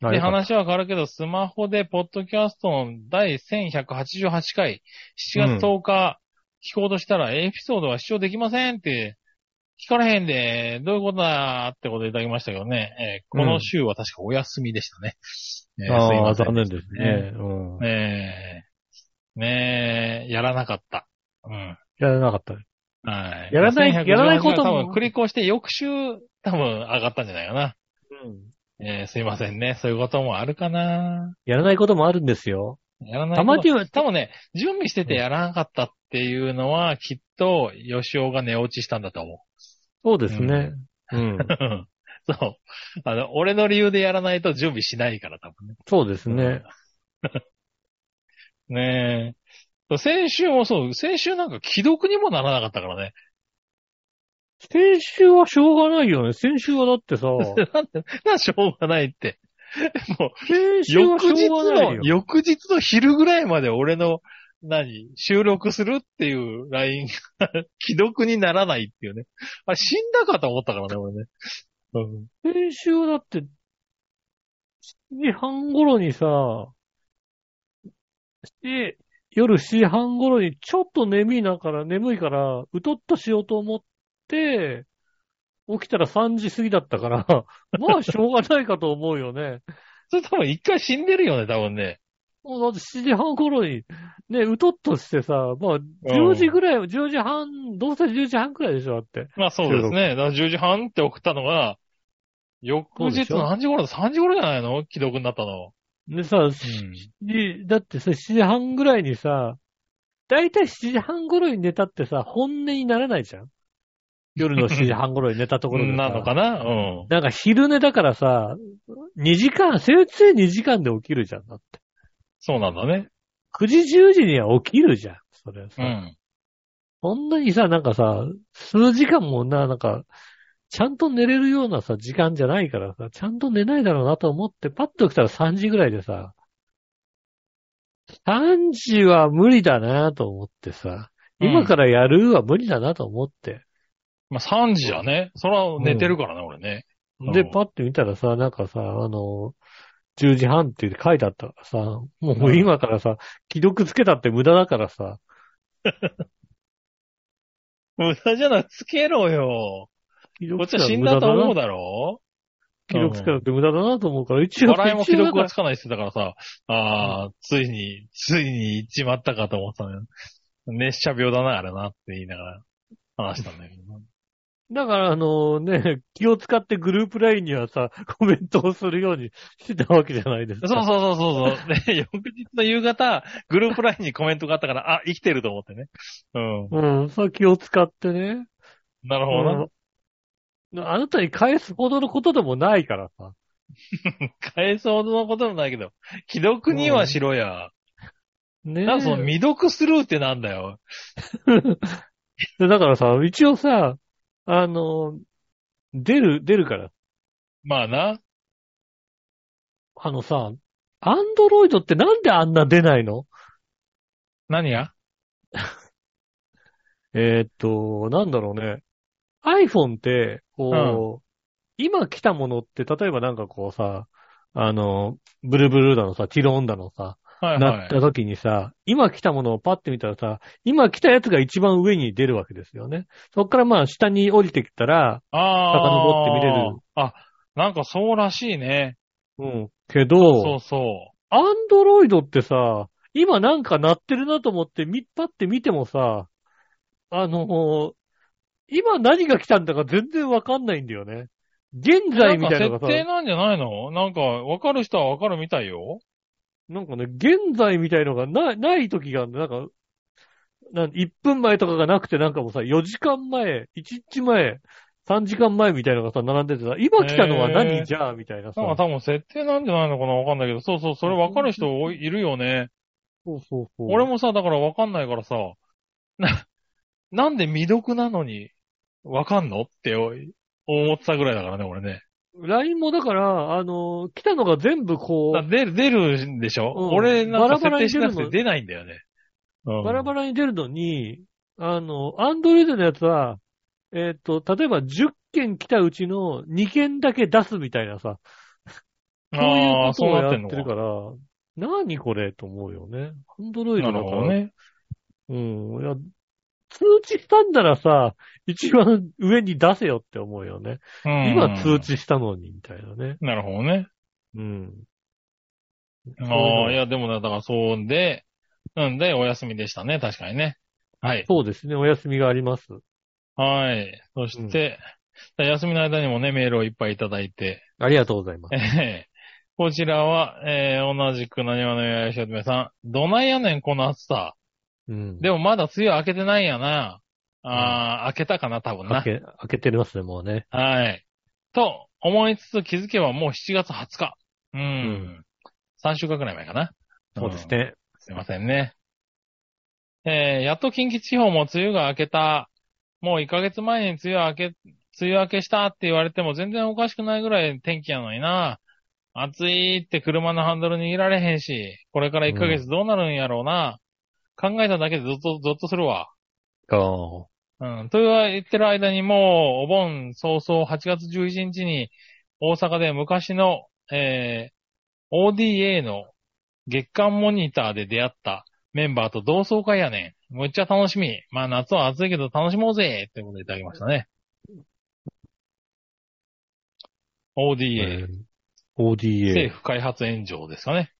うん、あ
で、
よかっ
話は変わるけど、スマホで、ポッドキャストの第1188回、7月10日、聞こうとしたら、エピソードは視聴できませんって、聞かれへんで、どういうことだってことでいただきましたけどね、えーこの週は確かお休みでしたね。え
た
ーすい
ああ
ま
ー、
せん。
残念ですね。うん。
ねえ、ねえ、やらなかった。うん。
やらなかった。
はい。
やらない
1188
やらないことも
多分、繰り越して翌週、多分上がったんじゃないかな。えーすいませんね。そういうこともあるかな。
やらないこともあるんですよ。
やらない
たまには、
多分ね、準備しててやらなかったっていうのは、きっと、吉尾が寝落ちしたんだと思
そうですね。うん。
う。 そう。あの、俺の理由でやらないと準備しないから、多分ね。
そうですね。
ねえ。先週もそう、先週なんか既読にもならなかったからね。
先週はしょうがないよね。先週はだってさ、
なんで、なんでしょうがないって。もう、
先週は
翌
し
日
ょうがない
の、
よ。
翌日の昼ぐらいまで俺の、何、収録するっていう LINE が 既読にならないっていうね。あれ、死んだかと思ったからね、俺ね。うん
先週はだって、7時半頃にさ、で、夜7時半頃にちょっと眠いなから、眠いから、うとっとしようと思って、起きたら3時過ぎだったから、 まあしょうがないかと思うよね。
それ多分一回死んでるよね、多分ね。
もうだって7時半頃に、ね、うとっとしてさ、まあ10時ぐらい、10時半、どうせ10時半くらいでしょ、だって。
まあそうですね。だから10時半って送ったのが、翌
そうで
日
しょ
の何時頃だ ?3 時頃じゃないの既読になったの。
でさ、で、だってさ、7時半ぐらいにさ、だいたい7時半ぐらいに寝たってさ、本音にならないじゃん夜の7時半頃に寝たとこ ろでさ。
なのか
な
なうん。
なんか昼寝だからさ、2時間、せいぜい2時間で起きるじゃん。だって。
そうなんだね。
9時、10時には起きるじゃん。それはさ。
うん。
そんなにさ、なんかさ、数時間もな、なんか、ちゃんと寝れるようなさ、時間じゃないからさ、ちゃんと寝ないだろうなと思って、パッと起きたら3時ぐらいでさ、3時は無理だなと思ってさ、今からやるは無理だなと思って。
まあ3時だね。それは寝てるからね、俺ね。うん
で、パッと見たらさ、なんかさ、あの、10時半って書いてあったからさ、もう今からさ、既読つけたって無駄だからさ、
無駄じゃない、つけろよ。
既
こ
読
っちは死んだと思う
だ。
だろ
既読つけたって無駄だなと思うから、一応。
笑いも記
一応だ
録
から
がつかないって言ってたからさ、ああ、ついに、ついに行っちまったかと思ったのよ。熱射病だな、あれなって言いながら話したんだけどな。
だから、あのね、 気を使ってグループラインにはさ、 コメントをするようにしてたわけじゃないですか。
そうそうそうそうそう。で、翌日の夕方、グループラインにコメントがあったから、あ、生きてると思ってね。うん。
うん、そう気を使ってね。
なるほどな。
うんあなたに返すほどのことでもないからさ。
返すほどのこともないけど、既読にはしろや。
ね
なんかその未読スルーってなんだよ。
でだからさ、一応さ、あの、出る、出るから。
まあな。
あのさ、アンドロイドってなんであんな出ないの
何が
えーっと、なんだろうね。iPhone って、こう、今来たものって、例えばなんかこうさ、あの、ブルブルだのさ、ティロンだのさ、
はい
な
は
っ
い。
た時にさ、今来たものをパッて見たらさ、今来たやつが一番上に出るわけですよね。そっからまあ下に降りてきたら、
ああ。
遡って見れる。
あ、なんかそうらしいね。
うん。け
そ
ど
う、そう。
アンドロイドってさ、今なんか鳴ってるなと思って、み、パッて見てもさ、あの今何が来たんだか全然わかんないんだよね。現在みたいな
な
の
ん
が
か設定
さ、
なんじゃないのなんか、わかる人はわかるみたいよ。
なんかね、現在みたいのがな、ない時があるんだよなんか、なん1分前とかがなくてなんかもうさ、4時間前、1日前、3時間前みたいのがさ、並んでてさ、今来たのは
へ
何
ー
じゃあみたいなさ
なん。か多分設定なんじゃないのかなわかんないけど。そうそう、それわかる人多いいるよね。
そうそうそう。
俺もさ、だからわかんないからさ、な、なんで未読なのにわかんのって思ってたぐらいだからね、俺ね。
LINE もだから、あの来たのが全部こう
だ、出る、出るんでしょ、
うん
俺なんか
バラバラ
設
に
定
出
し
るの
なくて出ないんだよね。うん
バラバラに出るのに、あの、アンドロイドのやつは、えっ、と、例えば10件来たうちの2件だけ出すみたいなさ、そうい
あ
う
あ、
こと
そう
を
な
や
って
っ
んの
て
か。
るから、何これと思うよね。アンドロイ
な
ドだ
る
か
ほ
ら。
どね。
うん。いや、通知したんならさ、一番上に出せよって思うよね。
うん
今通。知したのに、みたいなね。
なるほどね。
うん。そうい
あ
うの
あ、いや、でもな、だからそうで、なんで、お休みでしたね、確かにね。はい。
そうですね。お休みがあります。
はい。そして、休みの間にもね、メールをいっぱいいただいて、
ありがとうございます。
えーこちらは、えー同じく何話のややしおとめさん。どないやねん、この暑さ。
うん。
でもまだ梅雨明けてないんやな。ああ、明けたかな、多分
開
な。
け、開けてますね、もうね。
はい。と、思いつつ気づけばもう7月20日。うん。
ん
3週間くらい前かな。
そうです
ん。
ね。
すいませんね。えーやっと近畿地方も梅雨が明けた。もう1ヶ月前に梅雨明け、梅雨明けしたって言われても全然おかしくないぐらい天気やのにな。暑いって車のハンドル握られへんし、これから1ヶ月どうなるんやろうな。考えただけでゾッと、ゾッとするわ。
ああ。
うん。と言ってる間にもう、お盆早々8月11日に、大阪で昔の、えー ODA の月間モニターで出会ったメンバーと同窓会やねん。むっちゃ楽しみ。まあ夏は暑いけど楽しもうぜってことでいただきましたね。ODA、
うん ODA
政。府開発援助ですかね。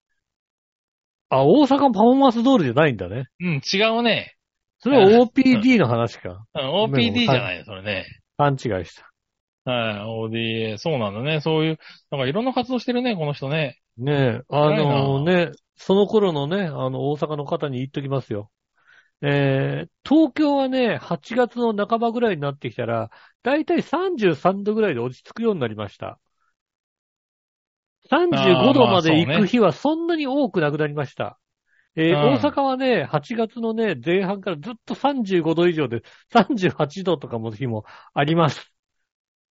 あ、大阪パフォーマンス通りじゃないんだね。
うん、違うね。
それは OPD の話か。
うん OPD じゃない、それね。
勘違いした。
はい、ODA。そうなんだね。そういう、なんかいろんな活動してるね、この人ね。
ねえ、あのね、その頃のね、あの、大阪の方に言っときますよ。えー、東京はね、8月の半ばぐらいになってきたら、だいたい33度ぐらいで落ち着くようになりました。
あ
35
ー
度
ま
ま
あ
で
そう
行
ね
く日はそんなに多くなくなりました。えー
うん
大阪はね、8月のね、前半からずっと35度以上で、38度とかも日もあります。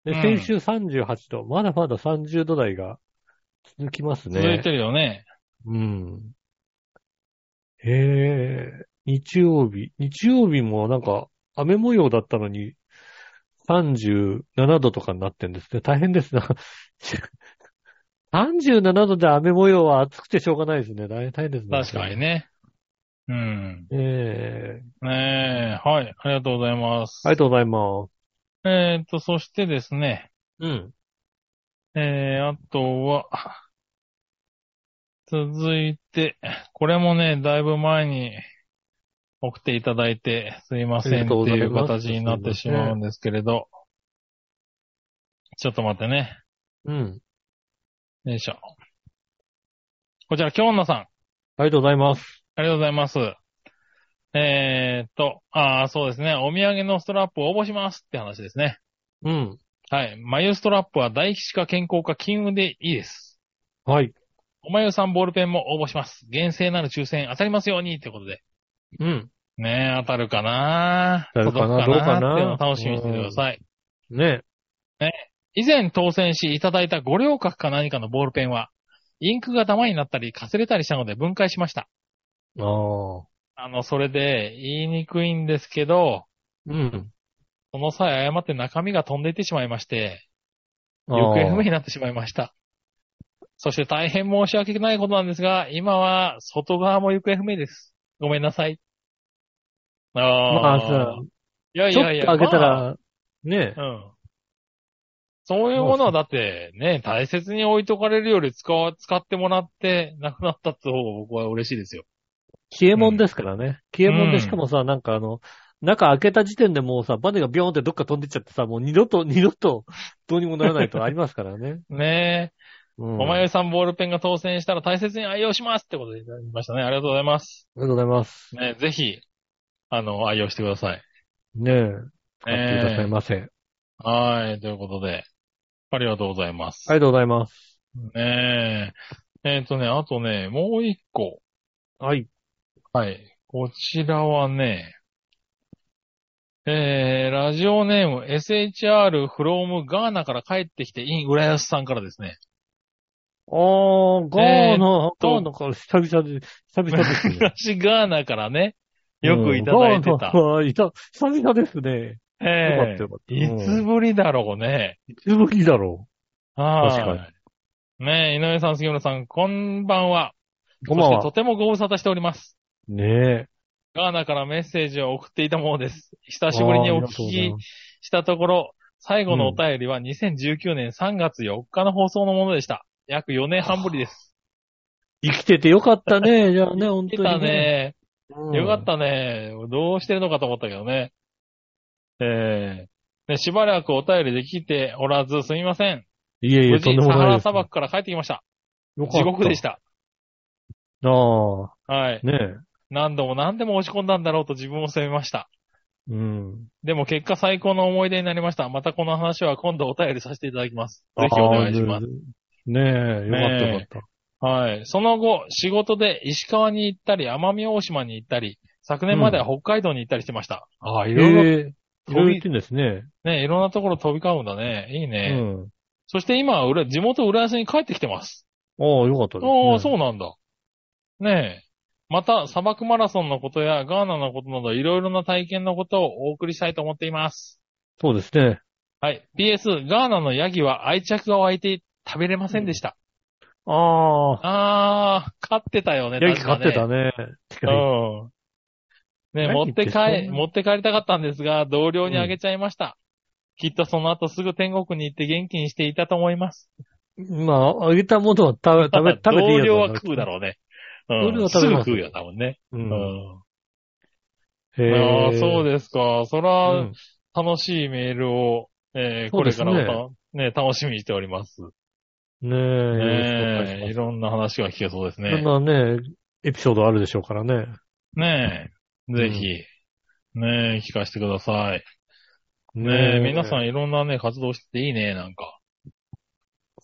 で、
うん
先週38度、まだまだ30度台が続きますね。
続いてるよね。
うん。へえ、日曜日。日曜日もなんか雨模様だったのに37度とかになってんですね。大変ですな。37度で雨模様は暑くてしょうがないですね。大変ですね。
確かに。ね。うん。
ええ
ねえ、はい。ありがとうございます。
ありがとうございます。
えーっと、そしてですね、
うん。
えー、あとは、続いて、これもね、だいぶ前に送っていただいて、すいま
あ
せん
り
っ
が
て
とうございます
いう形になってしまうんですけれど、ちょっと待ってね。
うん。
よいしょ。こちら、京女さん。
ありがとうございます。
ありがとうございます。えーっと、ああ、そうですね。お土産のストラップを応募しますって話ですね。
うん。
はい。眉ストラップは大吉か健康か金運でいいです。
はい。
おまゆさんボールペンも応募します。厳正なる抽選当たりますようにってことで。
うん。
ねえ、当たるかな
当たるかな
届く
どうかな
っていうのを楽しみにしててください。
ね
以前当選しいただいた五稜郭か何かのボールペンは、インクがダマになったり、かすれたりしたので分解しました。
ああ。
あの、それで、言いにくいんですけど、
うん。
その際誤って中身が飛んでいってしまいまして、行方不明になってしまいました。そして大変申し訳ないことなんですが、今は外側も行方不明です。ごめんなさい。ああ。
まあさ、
いやい
ちょ
や
っ
い
と
や。
開けた
まあ
ら、ね
うん。そういうものはだってね、大切に置いとかれるより使わ使ってもらってなくなったって方が僕は嬉しいですよ。
消えもんですからね。消えもん
うん
で、しかもさ、なんかあの、中開けた時点でもうさ、バネがビョーンってどっか飛んでっちゃってさ、もう二度と、 二度と、どうにもならないとありますからね。
ね
うん
え。。おまゆさんボールペンが当選したら大切に愛用しますってことでいただきましたね。ありがとうございます。
ありがとうございます。
ね、ぜひ、あの、愛用してください。
ねえ。買ってください
ね
ませ。
えはい、ということで、ありがとうございます。
ありがとうございます。
ねえ。えっ、とね、あとね、もう一個。
はい。
はい。こちらはね、えー、ラジオネーム SHR from ガーナから帰ってきて in 浦安さんからで すね。
あー、ガーナ、
と
ガーナから久々で、久々ですね。
昔ガーナからね、 よくいただいてた。
うんあいた、久々ですね。よかっ
え
たよかった。
えいつ
うん
ぶりだろうね。
いつぶりだろ
はい
確か
ねえ、井上さん、杉村さん、こんばんは。
う。こんばん
そしてと
は。
てもご無沙汰しております。
ねえ。
ガーナからメッセージを送っていたものです。久しぶりにお聞
あーありがとうござい
き
ます
したところ、最後のお便りは2019年3月4日の放送のものでした。約4年半ぶりです。
生きててよかったね。じゃあね、本
来て
当
た
に。
ね。
うん。
よかったね。どうしてるのかと思ったけどね。えー、ねしばらくお便りできておらずすみません。
いえい
無
え、と
事
ん、で
サ
も
ハ
ない
ラ
です。
砂漠から帰ってきました。
よかった
地獄でし。た。
ああ、
はい。
ね
何度も何でも落ち込んだんだろうと自分を責めました。
え。うん。
でも結果最高の思い出になりました。またこの話は今度お便りさせていただきます。ぜひお願いします。
す。ねえ、よかったよかった。
はい。その後、仕事で石川に行ったり、奄美大島に行ったり、昨年までは北海道に行ったりしてました。ああ、い
え
ろいろ、
えいろいろ言ってんですね。
ね、いろんなところ飛び交うんだね。いいうね。
ん。
そして今は浦、地元浦安に帰ってきてます。
ああ、よかったです、ね。
おー、そうなんだ。ねえ。また、砂漠マラソンのことやガーナのことなど、いろいろな体験のことをお送りしたいと思っています。
そうですね。
はい。PS、ガーナのヤギは愛着が湧いて食べれませんでした。
ああ、
あー、飼ってたよね、
ヤギ飼ってた
ね。
ね。確かに。
うん。ね、
ヤギ
持
っ
ってて
そんな
帰、持って帰りたかったんですが、同僚にあげちゃいました。きっとその後すぐ天国に行って元気にしていたと思います。
まあ、あげたものは食べ、食べ、食べていいや
同
つ
僚
な
は
ん
食うだろうね。
同
う
僚
ん。
は
す
食べ
ぐ
ます
食うよ、多分ね。
う。
うんん。
へ
ああ、
え。
そう
で
ですか。そら、楽しいメールを、えー
そ
こ
うで
れ
す
か
ね
らもたね、楽しみにしております。
ねえ。よろしくお願いし
ね
ま
え、
す
いろんな話が聞けそうです
い
ね。
ろんなね、エピソードあるでしょうからね。
ねえ、ぜひ、ねえ、聞かせてください。ねえ、皆さ
ん。
んいろんなね、活動してていいね、なんか。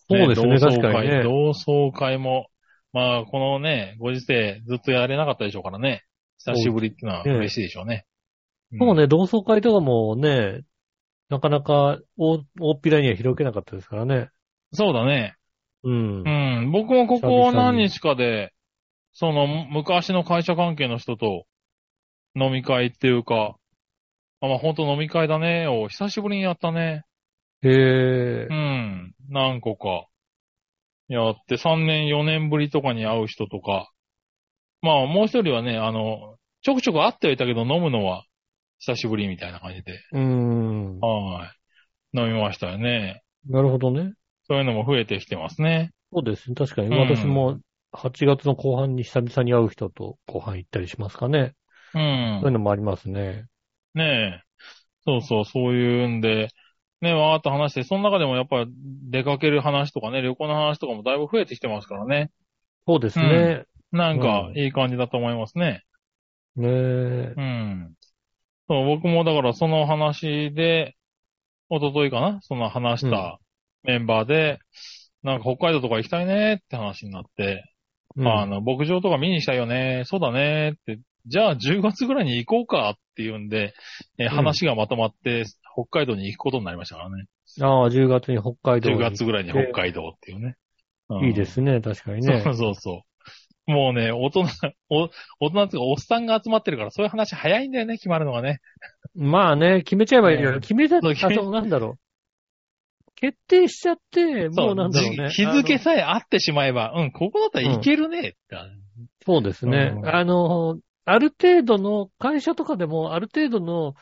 そうですね、
同
確
窓
か
会、
にね。
同窓会も、まあ、このね、ご時世ずっとやれなかったでしょうからね。久しぶりっての
そう
は
ですね
嬉しいでしょうね。
そうね、同窓会とかもね、なかなか大大っぴらには広げなかったですからね。
うん。そうだね。
うん
う。ん。僕もここ
久々
何
に
日かで、その、昔の会社関係の人と、飲み会っていうか、あまあ、ほんと飲み会だね、を久しぶりにやったね。
へえ
う。ん。何個か。やって、3年、4年ぶりとかに会う人とか。まあ、もう一人はね、あの、ちょくちょく会ってはいたけど、飲むのは久しぶりみたいな感じで。
うん。
はい。飲みましたよね。
なるほどね。
そういうのも増えてきてますね。
そうですね、確かに。
うん
私も8月の後半に久々に会う人とご飯行ったりしますかね。
うん
そういう。のもありますね。
ねえ。そうそう、そういうんで、ねえ、わーっと話して、その中でもやっぱり出かける話とかね、旅行の話とかもだいぶ増えてきてますからね。
そうですね。
なんか
う、ん
いい感じだと思いますね。
ねえ。
うん。そう、僕もだからその話で、一昨日かなその話したメンバーで、なんか北海道とか行きたいねって話になって、
うん
あの、牧場とか見に行きたいよね、そうだねって、じゃあ10月ぐらいに行こうかっていうんで、
う
えー
ん
話がまとまって、北海道に行くことになりましたからね。
ああ、10月に北海道
10
に。
月ぐらいに北海道っていうね。うん
いいで。すね、確かにね
そ。うそうそう。もうね、大人、お大人っていうか、おっさんが集まってるから、そういう話早いんだよね、決まるのがね。
まあね、決めちゃえばいいよ
うん
ね。決めちゃっ
そう
あ、
決め
そう、なんだろう。決定しちゃって、もうなんだろうね。
日付さえ合ってしまえば、うん、ここだったらいけるね、って。
そうですね。
うん
あの、ある程度の、会社とかでもある程度の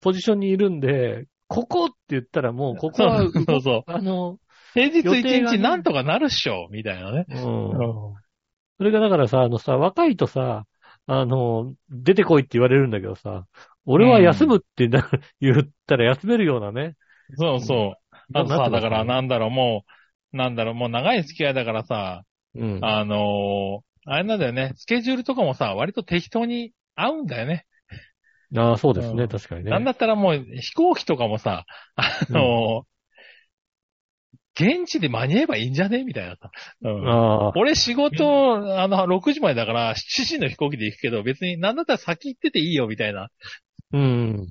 ポジションにいるんで、ここって言ったらもう、ここは、
そうそう そう。
あの、
平日
予定
1
が
日
ね
なんとかなるっしょ、みたいなね。
それがだからさ、あのさ、若いとさ、あの、出てこいって言われるんだけどさ、俺は休むってな、言ったら休めるようなね。
そうそう。あと
なっ
さ、
てま
だ
すね
からなんだろう、もう、なんだろう、もう長い付き合いだからさ、
うん。
あのーあれなんだよね、スケジュールとかもさ、割と適当に合うんだよね。
ああ、そうです
う
ね、
ん
確かにね。
なんだったらもう飛行機とかもさ、あのー現地で間に合えばいいんじゃねみたいなさ。うん
ああ、
俺仕事、あの、6時までだから、7時の飛行機で行くけど、別になんだったら先行ってていいよ、みたいな。
うん。
うん。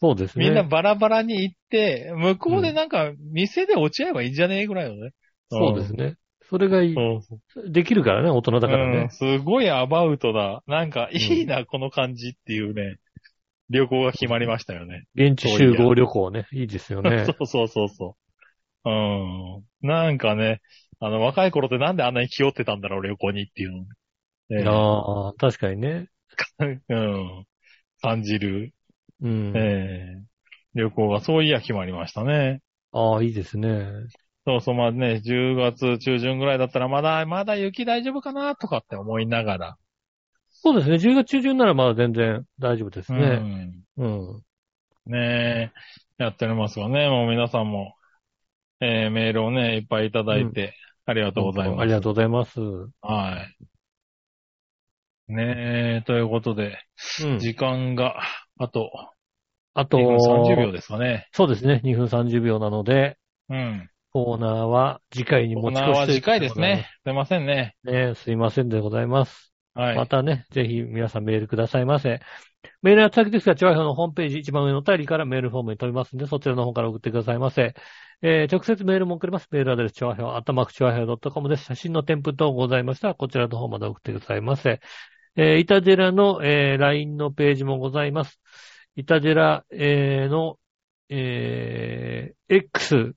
そうですね。
みんなバラバラに行って、向こうでなんか、店で落ち合えばいいんじゃねえぐらいのね。
そうですね。それがいい
うん
できるからね、大人だから
うん
ね。
すごいアバウトだ。なんか、いいな、この感じっていうね、旅行が決まりましたよね。
現地集合旅行ね、いいですよね
そ。うそうそうそう。うん。なんかね、あの、若い頃ってなんであんなに気負ってたんだろう、旅行にっていうのをね。
ああ、確かにね。
うん。感じる。
うん。
ええ旅行が、そういや決まりましたね。
ああ、いいですね。
そうそう、まあね、10月中旬ぐらいだったらまだ、まだ雪大丈夫かなとかって思いながら。
そうですね。10月中旬ならまだ全然大丈夫ですね。うん。
うん。ねえ、やっておりますがね、もう皆さんも、えーメールをね、いっぱいいただいて、ありがとうございます。
ありがとうございます。
はい。ねえ、ということで、
うん
時間が、あと、
あと、
2分30秒ですかね。
そうですね。2分30秒なので、
うん。コ
コーナーは次回に持
ー
ち越
ナー
して。
は次回ですね。。すいませんね。
ね、すいませんでございます。
はい。
またね、ぜひ皆さんメールくださいませ。メールは先ですが、チワヒョのホームページ一番上のお便りからメールフォームに飛びますので、そちらの方から送ってくださいませ。えー直接メールも送れます。メールアドレス、チワヒョウ、頭くチワヒョウ .com です。写真の添付等ございましたら、こちらの方まで送ってくださいませ。えーイタジェラの、えー LINE のページもございます。イタジェラ、えーの、えー X、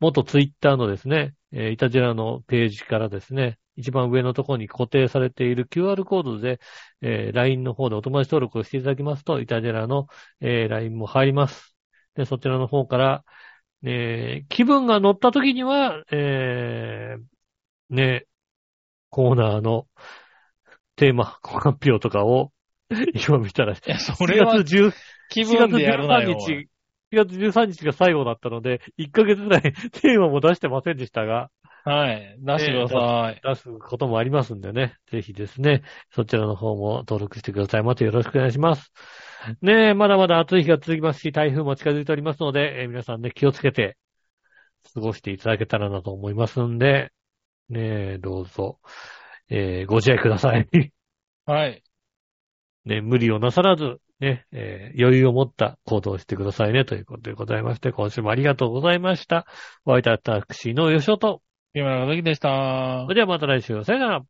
元ツイッターのですね、えーイタジェラのページからですね、一番上のところに固定されている QR コードで、えー LINE の方でお友達登録をしていただきますと、イタジェラの、えー LINE も入ります。で、そちらの方から、えー気分が乗った時には、えーね、コーナーのテーマ、 発表とかを、 今見たら、
いや、そ
4
れは
月10
気
4
分
月
でやるな
13。
よ
日、4月13日が最後だったので、1ヶ月ぐらいテーマも出してませんでしたが、
はい。出してください。
出すこともありますんでね、ぜひですね、そちらの方も登録してくださいませ。よろしくお願いします。ねえ、まだまだ暑い日が続きますし、台風も近づいておりますので、えー皆さんね、気をつけて過ごしていただけたらなと思いますんで、ねえ、どうぞ、えーご自愛ください。
はい。
ね、無理をなさらず、ね、えー余裕を持った行動をしてくださいね、ということでございまして、今週もありがとうございました。お会いいたタクシーの吉尾と、
木村和樹でした
そ。れではまた来週、さよなら。